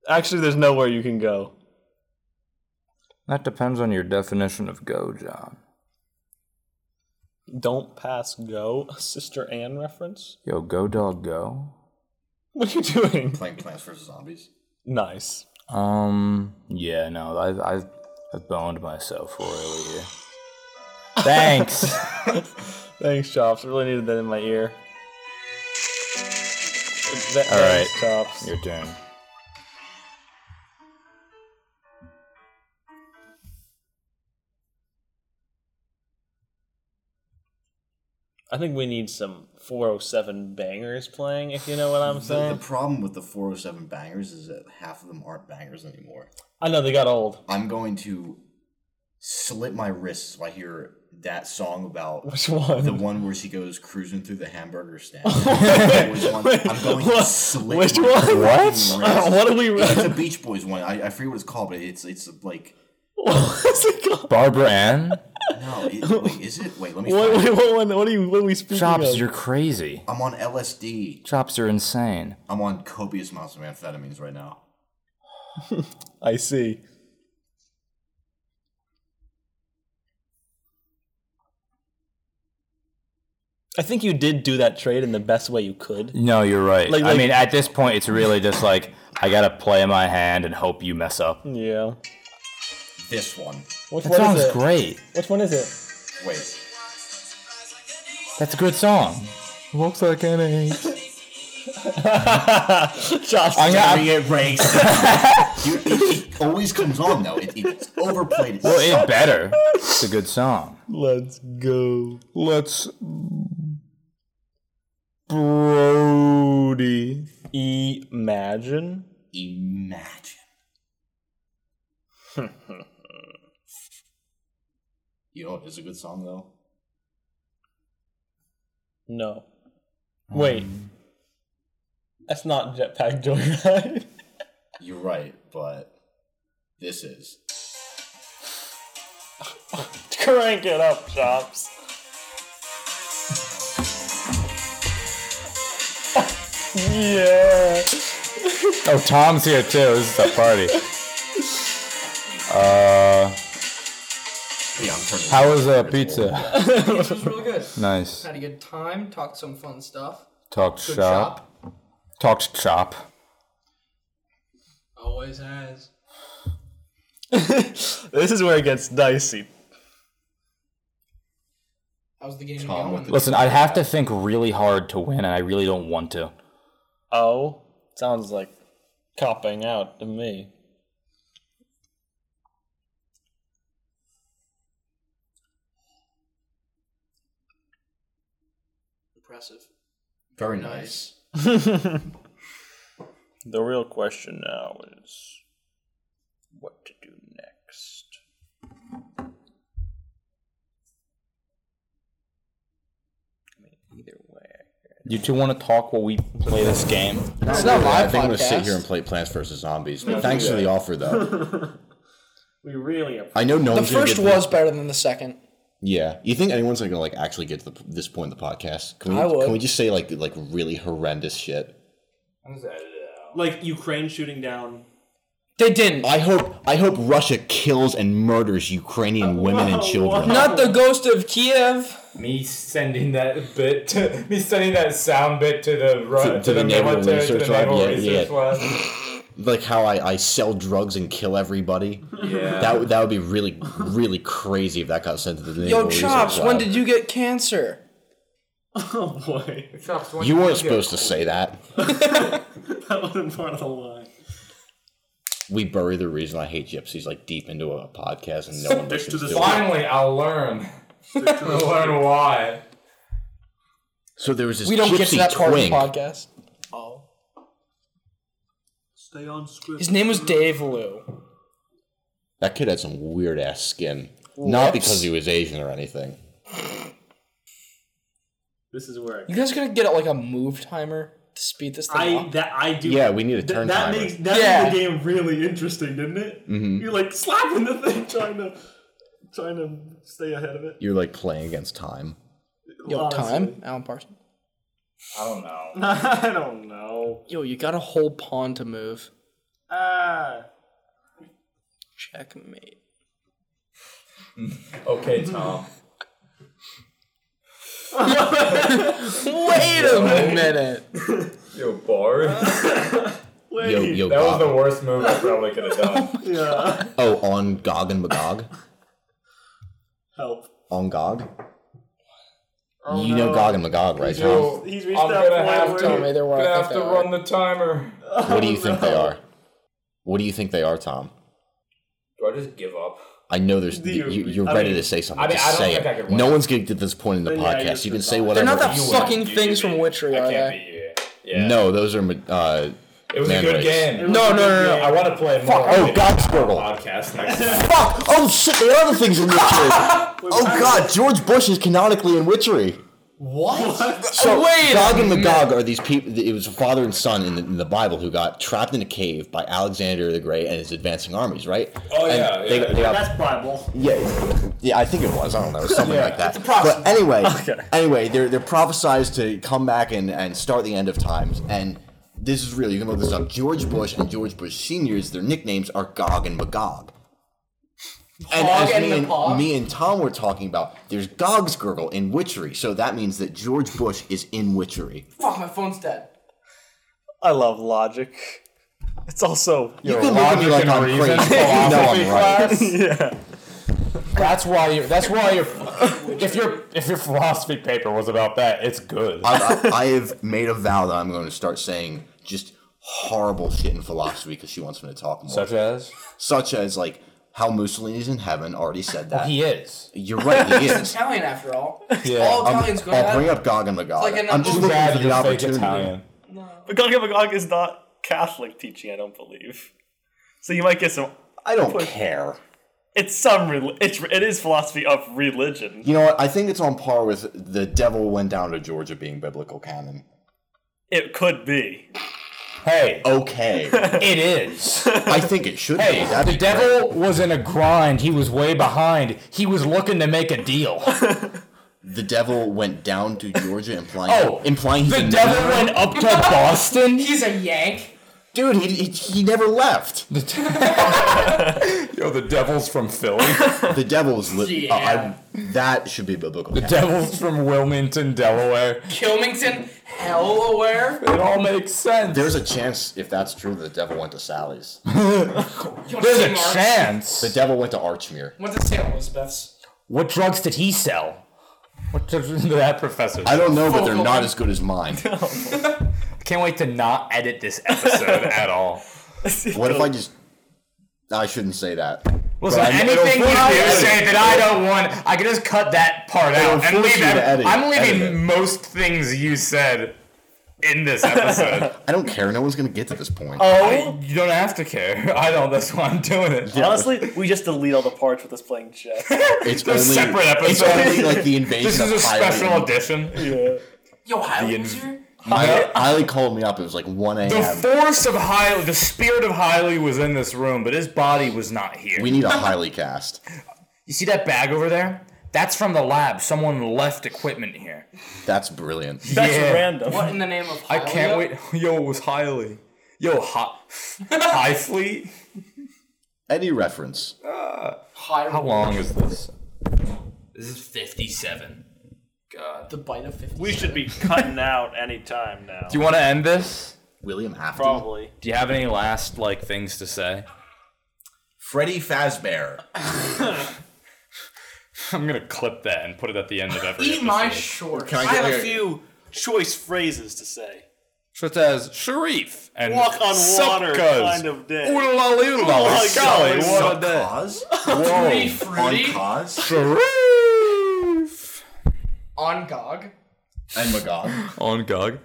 [SPEAKER 2] Actually, there's nowhere you can go.
[SPEAKER 1] That depends on your definition of go, John.
[SPEAKER 2] Don't pass go, [laughs] a Sister Anne reference?
[SPEAKER 1] Yo, go dog, go.
[SPEAKER 2] What are you doing? [laughs]
[SPEAKER 3] Playing Plants vs. Zombies.
[SPEAKER 2] Nice.
[SPEAKER 1] Um, yeah, no, I've I've, I've boned myself royally here. [laughs] Thanks.
[SPEAKER 2] Thanks, Chops. I really needed that in my ear. Th-
[SPEAKER 1] All right.
[SPEAKER 2] thanks, Chops.
[SPEAKER 1] your turn.
[SPEAKER 2] I think we need some 407 bangers playing, if you know what I'm
[SPEAKER 3] The, the
[SPEAKER 2] saying.
[SPEAKER 3] problem with the 407 bangers is that half of them aren't bangers anymore.
[SPEAKER 2] I know they got old.
[SPEAKER 3] I'm going to slit my wrists if I hear that song about
[SPEAKER 2] Which one?
[SPEAKER 3] the one where she goes cruising through the hamburger stand. Which one? I'm going to
[SPEAKER 2] What?
[SPEAKER 3] slit
[SPEAKER 2] Which
[SPEAKER 3] my
[SPEAKER 2] one?
[SPEAKER 3] fucking
[SPEAKER 1] What? Oh
[SPEAKER 3] wrists.
[SPEAKER 2] [laughs] what are we? [laughs]
[SPEAKER 3] It's a Beach Boys one. I, I forget what it's called, but it's it's like
[SPEAKER 2] What's it called?
[SPEAKER 1] Barbara [laughs] Ann?
[SPEAKER 3] no. It, wait, is it? Wait, let me.
[SPEAKER 2] What,
[SPEAKER 3] find
[SPEAKER 2] what,
[SPEAKER 3] it.
[SPEAKER 2] what, one- what are you? What are we speaking
[SPEAKER 1] Chops,
[SPEAKER 2] of?
[SPEAKER 1] you're crazy.
[SPEAKER 3] I'm on LSD.
[SPEAKER 1] Chops, you're insane.
[SPEAKER 3] I'm on copious amounts of amphetamines right now.
[SPEAKER 2] I see. I think you did do that trade in the best way you could.
[SPEAKER 1] No, you're right.
[SPEAKER 2] Like-
[SPEAKER 1] I
[SPEAKER 2] like-
[SPEAKER 1] mean, at this point, it's really just like I gotta play my hand and hope you mess up.
[SPEAKER 2] Yeah.
[SPEAKER 3] This one.
[SPEAKER 2] Which
[SPEAKER 1] That
[SPEAKER 2] one is
[SPEAKER 1] song's
[SPEAKER 2] it?
[SPEAKER 1] great.
[SPEAKER 2] Which one is it?
[SPEAKER 3] Wait.
[SPEAKER 1] That's a good song. Looks like an eight.
[SPEAKER 2] [laughs] Josh.
[SPEAKER 1] I'm gonna,
[SPEAKER 3] It [laughs] breaks. Dude, it, it always comes on though. It, it's overplayed. It's
[SPEAKER 1] well, it better. It's a good song.
[SPEAKER 2] Let's go.
[SPEAKER 1] Let's. Brody.
[SPEAKER 2] Imagine.
[SPEAKER 3] Imagine. you know, it's a good song though.
[SPEAKER 2] No. Wait. That's not Jetpack Joyride. [laughs]
[SPEAKER 3] You're right, but this is.
[SPEAKER 2] Crank it up, Chops. yeah.
[SPEAKER 1] Oh, Tom's here too. This is a party. [laughs] Uh,
[SPEAKER 3] Yeah, I'm turning.
[SPEAKER 1] how was uh, pizza?
[SPEAKER 5] This was really good.
[SPEAKER 1] Nice.
[SPEAKER 5] Had a good time, talked some fun stuff.
[SPEAKER 1] Talked
[SPEAKER 5] Good
[SPEAKER 1] shop.
[SPEAKER 5] shop.
[SPEAKER 1] Talked shop.
[SPEAKER 5] Always has.
[SPEAKER 2] This is where it gets dicey.
[SPEAKER 5] How's the game
[SPEAKER 3] Tom with
[SPEAKER 5] going?
[SPEAKER 3] the-
[SPEAKER 1] Listen, I have to think really hard to win, and I really don't want to.
[SPEAKER 2] Oh, sounds like copping out to me.
[SPEAKER 5] Impressive.
[SPEAKER 3] Very nice.
[SPEAKER 2] The real question now is what to do next. I mean, either way.
[SPEAKER 1] You two want to talk while we play this game?
[SPEAKER 5] It's not my
[SPEAKER 3] I think I'm gonna sit
[SPEAKER 5] podcast.
[SPEAKER 3] here and play Plants vs Zombies. But thanks for the offer, though.
[SPEAKER 2] We really are.
[SPEAKER 3] I know no
[SPEAKER 5] The
[SPEAKER 3] one's gonna
[SPEAKER 5] first
[SPEAKER 3] get to-
[SPEAKER 5] was better than the second.
[SPEAKER 3] yeah. You think anyone's gonna like actually get to the, this point in the podcast? Can we,
[SPEAKER 5] I would.
[SPEAKER 3] Can we just say like like really horrendous shit?
[SPEAKER 2] Like Ukraine shooting down
[SPEAKER 5] They didn't.
[SPEAKER 3] I hope I hope Russia kills and murders
[SPEAKER 5] [laughs]
[SPEAKER 3] Ukrainian women and children.
[SPEAKER 5] Not the ghost of Kiev.
[SPEAKER 6] Me sending that bit to me sending that sound bit to the Ru-
[SPEAKER 3] To- to the Naval
[SPEAKER 6] military, to the
[SPEAKER 3] Research Lab,
[SPEAKER 6] Naval
[SPEAKER 3] yeah,
[SPEAKER 6] Research
[SPEAKER 3] yeah.
[SPEAKER 6] Lab.
[SPEAKER 3] [laughs]
[SPEAKER 4] [laughs]
[SPEAKER 3] Like how I, I sell drugs and kill everybody.
[SPEAKER 1] Yeah.
[SPEAKER 3] That would that would be really really crazy if that got sent to the
[SPEAKER 5] Yo,
[SPEAKER 3] Naval Research
[SPEAKER 5] Chops, when
[SPEAKER 3] Lab.
[SPEAKER 5] did you get cancer?
[SPEAKER 4] Oh boy,
[SPEAKER 3] You weren't supposed to say that.
[SPEAKER 5] [laughs]
[SPEAKER 4] that wasn't part of the line.
[SPEAKER 3] We bury the reason I hate gypsies like deep into a podcast and no one listens to it.
[SPEAKER 6] Finally, I'll learn. [laughs] I'll learn why.
[SPEAKER 3] So there was this
[SPEAKER 5] We don't
[SPEAKER 3] gypsy
[SPEAKER 5] get to that part
[SPEAKER 3] twink.
[SPEAKER 5] of the podcast. Oh.
[SPEAKER 4] Stay on script.
[SPEAKER 5] His name was Dave Lou.
[SPEAKER 3] That kid had some weird ass skin. Not because he was Asian or anything.
[SPEAKER 4] This is where
[SPEAKER 5] You guys gonna get like a move timer to speed this thing
[SPEAKER 4] I
[SPEAKER 5] up?
[SPEAKER 4] that I do.
[SPEAKER 3] Yeah, we need a
[SPEAKER 4] Th-
[SPEAKER 3] turn
[SPEAKER 4] that
[SPEAKER 3] timer.
[SPEAKER 4] makes that
[SPEAKER 5] Yeah.
[SPEAKER 4] made the game really interesting, didn't it?
[SPEAKER 3] Mm-hmm.
[SPEAKER 4] You're like slapping the thing, trying to trying to stay ahead of it.
[SPEAKER 3] You're like playing against time.
[SPEAKER 5] Yo,
[SPEAKER 4] Honestly.
[SPEAKER 5] time, Alan Parsons.
[SPEAKER 6] I don't
[SPEAKER 5] [laughs]
[SPEAKER 6] know.
[SPEAKER 4] I don't know.
[SPEAKER 5] Yo, you got a whole pawn to move.
[SPEAKER 4] Ah,
[SPEAKER 5] Checkmate.
[SPEAKER 6] Okay, Tom.
[SPEAKER 5] Wait a minute.
[SPEAKER 6] Yo, Bard.
[SPEAKER 4] wait.
[SPEAKER 3] Yo, yo,
[SPEAKER 6] That was
[SPEAKER 3] Gog.
[SPEAKER 6] the worst move I probably could have done.
[SPEAKER 4] Yeah.
[SPEAKER 3] Oh, on Gog and
[SPEAKER 6] [laughs]
[SPEAKER 3] Magog?
[SPEAKER 4] Help.
[SPEAKER 3] On Gog? you know Gog and Magog, right, Tom?
[SPEAKER 6] Oh, Yo,
[SPEAKER 4] He's reached
[SPEAKER 6] I'm
[SPEAKER 4] that
[SPEAKER 6] gonna
[SPEAKER 4] point
[SPEAKER 6] have
[SPEAKER 4] where
[SPEAKER 6] to,
[SPEAKER 5] Tom, either way, I
[SPEAKER 6] gonna
[SPEAKER 5] think
[SPEAKER 6] have to
[SPEAKER 5] they are.
[SPEAKER 6] run the timer.
[SPEAKER 3] What do you think they are? What do you think they are, Tom?
[SPEAKER 6] Do I just give up?
[SPEAKER 3] I know there's you,
[SPEAKER 4] Dude,
[SPEAKER 3] you're
[SPEAKER 4] I
[SPEAKER 3] ready
[SPEAKER 4] mean-
[SPEAKER 3] to say something.
[SPEAKER 6] I mean,
[SPEAKER 3] Just
[SPEAKER 6] I don't
[SPEAKER 3] say
[SPEAKER 6] think I
[SPEAKER 3] it.
[SPEAKER 6] could win.
[SPEAKER 3] no one's getting to this point in the
[SPEAKER 4] Then, yeah,
[SPEAKER 3] podcast. You
[SPEAKER 4] you're
[SPEAKER 3] can say
[SPEAKER 4] fine.
[SPEAKER 3] whatever.
[SPEAKER 5] not that
[SPEAKER 3] you
[SPEAKER 5] fu-
[SPEAKER 3] want.
[SPEAKER 5] Fucking
[SPEAKER 6] You- you
[SPEAKER 5] things
[SPEAKER 6] beat
[SPEAKER 5] from
[SPEAKER 6] me.
[SPEAKER 5] Witchery,
[SPEAKER 6] I
[SPEAKER 5] are
[SPEAKER 6] can't
[SPEAKER 5] they?
[SPEAKER 6] beat you. Yeah.
[SPEAKER 3] No, those are. Uh,
[SPEAKER 6] It was
[SPEAKER 3] Man
[SPEAKER 6] a good
[SPEAKER 3] race.
[SPEAKER 6] game.
[SPEAKER 5] No, no, no, no.
[SPEAKER 6] I want to play more.
[SPEAKER 3] oh, God, Squirtle.
[SPEAKER 5] [laughs]
[SPEAKER 6] Podcast next time.
[SPEAKER 3] Fuck! Oh shit! There are other things in Witchery. oh God, George Bush is canonically in Witchery. So
[SPEAKER 5] Oh, Wait a
[SPEAKER 3] Gog and Magog are these people. It was a father and son in the, in the Bible who got trapped in a cave by Alexander the Great and his advancing armies, right?
[SPEAKER 6] Oh,
[SPEAKER 3] And
[SPEAKER 6] yeah,
[SPEAKER 3] they-
[SPEAKER 6] yeah.
[SPEAKER 3] they got-
[SPEAKER 4] That's Bible.
[SPEAKER 3] yeah, yeah, I think it was. I don't know, something like that. but anyway, anyway, they're they're prophesized to come back and and start the end of times. And this is real. You can look this up. George Bush and George Bush seniors. Their nicknames are Gog and Magog. And
[SPEAKER 5] Gog
[SPEAKER 3] as
[SPEAKER 5] and
[SPEAKER 3] me,
[SPEAKER 5] Magog?
[SPEAKER 3] and, me and Tom were talking about, there's Gog's gurgle in Witchery, so that means that George Bush is in Witchery.
[SPEAKER 5] Fuck, my phone's dead.
[SPEAKER 4] I love logic. It's also
[SPEAKER 3] You can look at me like I'm crazy. [laughs] You know I'm right.
[SPEAKER 4] yeah.
[SPEAKER 1] That's why you. That's why your. if your if your philosophy paper was about that, it's good.
[SPEAKER 3] I, I, I have made a vow that I'm going to start saying just horrible shit in philosophy because she wants me to talk more. Such,
[SPEAKER 1] Such as
[SPEAKER 3] as like how Mussolini's in heaven. Already said that.
[SPEAKER 1] he is.
[SPEAKER 3] You're
[SPEAKER 5] [laughs]
[SPEAKER 3] right. He is.
[SPEAKER 5] Italian after all.
[SPEAKER 1] Yeah,
[SPEAKER 5] All
[SPEAKER 3] I'm-
[SPEAKER 5] Italians go to
[SPEAKER 3] I'll bring
[SPEAKER 5] heaven.
[SPEAKER 3] up Gog and Magog.
[SPEAKER 5] It's like an
[SPEAKER 3] I'm just looking
[SPEAKER 1] Bad
[SPEAKER 3] for the
[SPEAKER 1] you're fake
[SPEAKER 3] opportunity.
[SPEAKER 1] Italian.
[SPEAKER 4] But Gog and Magog is not Catholic teaching, I don't believe. So you might get some.
[SPEAKER 3] I don't care.
[SPEAKER 4] It's some. Rel- it's it is philosophy of religion.
[SPEAKER 3] You know what? I think it's on par with the devil went down to Georgia being biblical canon.
[SPEAKER 4] It could be.
[SPEAKER 1] Hey, [laughs]
[SPEAKER 3] Okay,
[SPEAKER 1] it is.
[SPEAKER 3] I think it should
[SPEAKER 1] Hey,
[SPEAKER 3] be. That'd
[SPEAKER 1] the
[SPEAKER 3] be
[SPEAKER 1] devil was in a grind. He was way behind. He was looking to make a [laughs] deal.
[SPEAKER 3] The devil went down to Georgia, implying
[SPEAKER 1] Oh,
[SPEAKER 3] implying he's
[SPEAKER 1] The
[SPEAKER 3] a
[SPEAKER 1] devil
[SPEAKER 3] murderer?
[SPEAKER 1] went up to [laughs] Boston.
[SPEAKER 5] He's a Yank.
[SPEAKER 3] Dude, he, he, he never left.
[SPEAKER 1] Yo, the devil's from Philly.
[SPEAKER 3] The devil's li-
[SPEAKER 5] Yeah.
[SPEAKER 3] uh, I, that should be
[SPEAKER 1] [laughs]
[SPEAKER 3] biblical.
[SPEAKER 1] The devil's from Wilmington, Delaware.
[SPEAKER 5] Kilmington. Hell aware.
[SPEAKER 1] It all makes sense.
[SPEAKER 3] There's a chance if that's true that the devil went to Sally's.
[SPEAKER 1] There's a chance.
[SPEAKER 3] The devil went to Archmere.
[SPEAKER 5] Went to St. Elizabeth's.
[SPEAKER 1] What drugs did he sell? What drugs did that professor?
[SPEAKER 3] I don't know, but they're
[SPEAKER 5] Fulfillment.
[SPEAKER 3] not as good as
[SPEAKER 5] [laughs]
[SPEAKER 3] mine.
[SPEAKER 1] can't wait to not edit this [laughs] episode at all.
[SPEAKER 3] What if I just? I shouldn't say that.
[SPEAKER 1] Listen,
[SPEAKER 3] But I-
[SPEAKER 1] anything you
[SPEAKER 3] it'll force you to
[SPEAKER 1] say
[SPEAKER 3] edit.
[SPEAKER 1] that I don't want, I can just cut that part out and
[SPEAKER 3] force
[SPEAKER 1] leave
[SPEAKER 3] you to
[SPEAKER 1] it.
[SPEAKER 3] edit-
[SPEAKER 1] I'm leaving
[SPEAKER 3] edit it.
[SPEAKER 1] most things you said in this episode.
[SPEAKER 3] I don't care. No one's gonna get to this point.
[SPEAKER 1] oh, you don't have to care. I don't. That's why I'm doing it.
[SPEAKER 4] Honestly, we just delete all the parts with us playing
[SPEAKER 1] [laughs]
[SPEAKER 4] chess.
[SPEAKER 3] it's
[SPEAKER 1] they're separate
[SPEAKER 3] It's
[SPEAKER 1] episodes.
[SPEAKER 3] only like the invasion.
[SPEAKER 1] This is
[SPEAKER 3] of
[SPEAKER 1] a
[SPEAKER 3] Hylie.
[SPEAKER 1] special edition.
[SPEAKER 5] Yo, Highlanders
[SPEAKER 1] inv-
[SPEAKER 5] here?
[SPEAKER 3] My, Hylie called me up. It was like 1
[SPEAKER 1] The
[SPEAKER 3] a.m.
[SPEAKER 1] force of Hiley, the spirit of Hiley was in this room, but his body was not here.
[SPEAKER 3] We need a Hylie cast.
[SPEAKER 1] you see that bag over there? That's from the lab. Someone left equipment here.
[SPEAKER 3] That's brilliant.
[SPEAKER 4] That's
[SPEAKER 1] Yeah.
[SPEAKER 4] random. Oh,
[SPEAKER 5] What in the name of
[SPEAKER 1] I can't [laughs]
[SPEAKER 5] Hylia?
[SPEAKER 1] wait. Yo, it was Hiley. Yo, hi, High Fleet.
[SPEAKER 3] Any reference?
[SPEAKER 1] How long is this?
[SPEAKER 5] This is 57. God.
[SPEAKER 7] The bite of 50.
[SPEAKER 4] We should be cutting out any time now.
[SPEAKER 1] Do you want to end this?
[SPEAKER 3] William Afton.
[SPEAKER 4] Probably.
[SPEAKER 1] Do you have any last like things to say? [laughs]
[SPEAKER 8] Freddy Fazbear.
[SPEAKER 1] I'm gonna clip that and put it at the
[SPEAKER 4] [laughs]
[SPEAKER 1] end of every.
[SPEAKER 5] Eat my
[SPEAKER 1] episode.
[SPEAKER 5] shorts.
[SPEAKER 8] Can I
[SPEAKER 4] I
[SPEAKER 8] get
[SPEAKER 4] have a
[SPEAKER 8] your-
[SPEAKER 4] few choice phrases to say.
[SPEAKER 1] such as Sharif and
[SPEAKER 4] Walk on water
[SPEAKER 1] Supkas.
[SPEAKER 4] kind of day.
[SPEAKER 1] Oodle la loodle la.
[SPEAKER 4] Oh my
[SPEAKER 1] Golly,
[SPEAKER 4] God.
[SPEAKER 1] what a day.
[SPEAKER 5] [laughs]
[SPEAKER 8] Cause?
[SPEAKER 1] Whoa.
[SPEAKER 5] Pretty fruity.
[SPEAKER 8] Cause?
[SPEAKER 1] Sharif.
[SPEAKER 5] On GOG.
[SPEAKER 3] And Magog.
[SPEAKER 1] On Gog.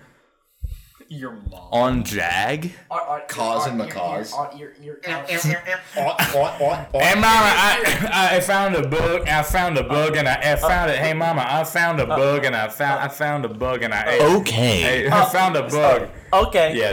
[SPEAKER 5] Your mom.
[SPEAKER 1] On Jag.
[SPEAKER 5] On, on,
[SPEAKER 3] Cause
[SPEAKER 5] on
[SPEAKER 3] and
[SPEAKER 5] your-
[SPEAKER 3] macaws.
[SPEAKER 5] On your, your, your,
[SPEAKER 3] Oh,
[SPEAKER 1] Hey mama, I, I found a bug. I found a bug and I, I found it. Hey mama, I found a bug and I found I found a bug and I ate. it.
[SPEAKER 3] Okay.
[SPEAKER 1] Hey, I found a bug.
[SPEAKER 9] Okay.
[SPEAKER 1] Yeah.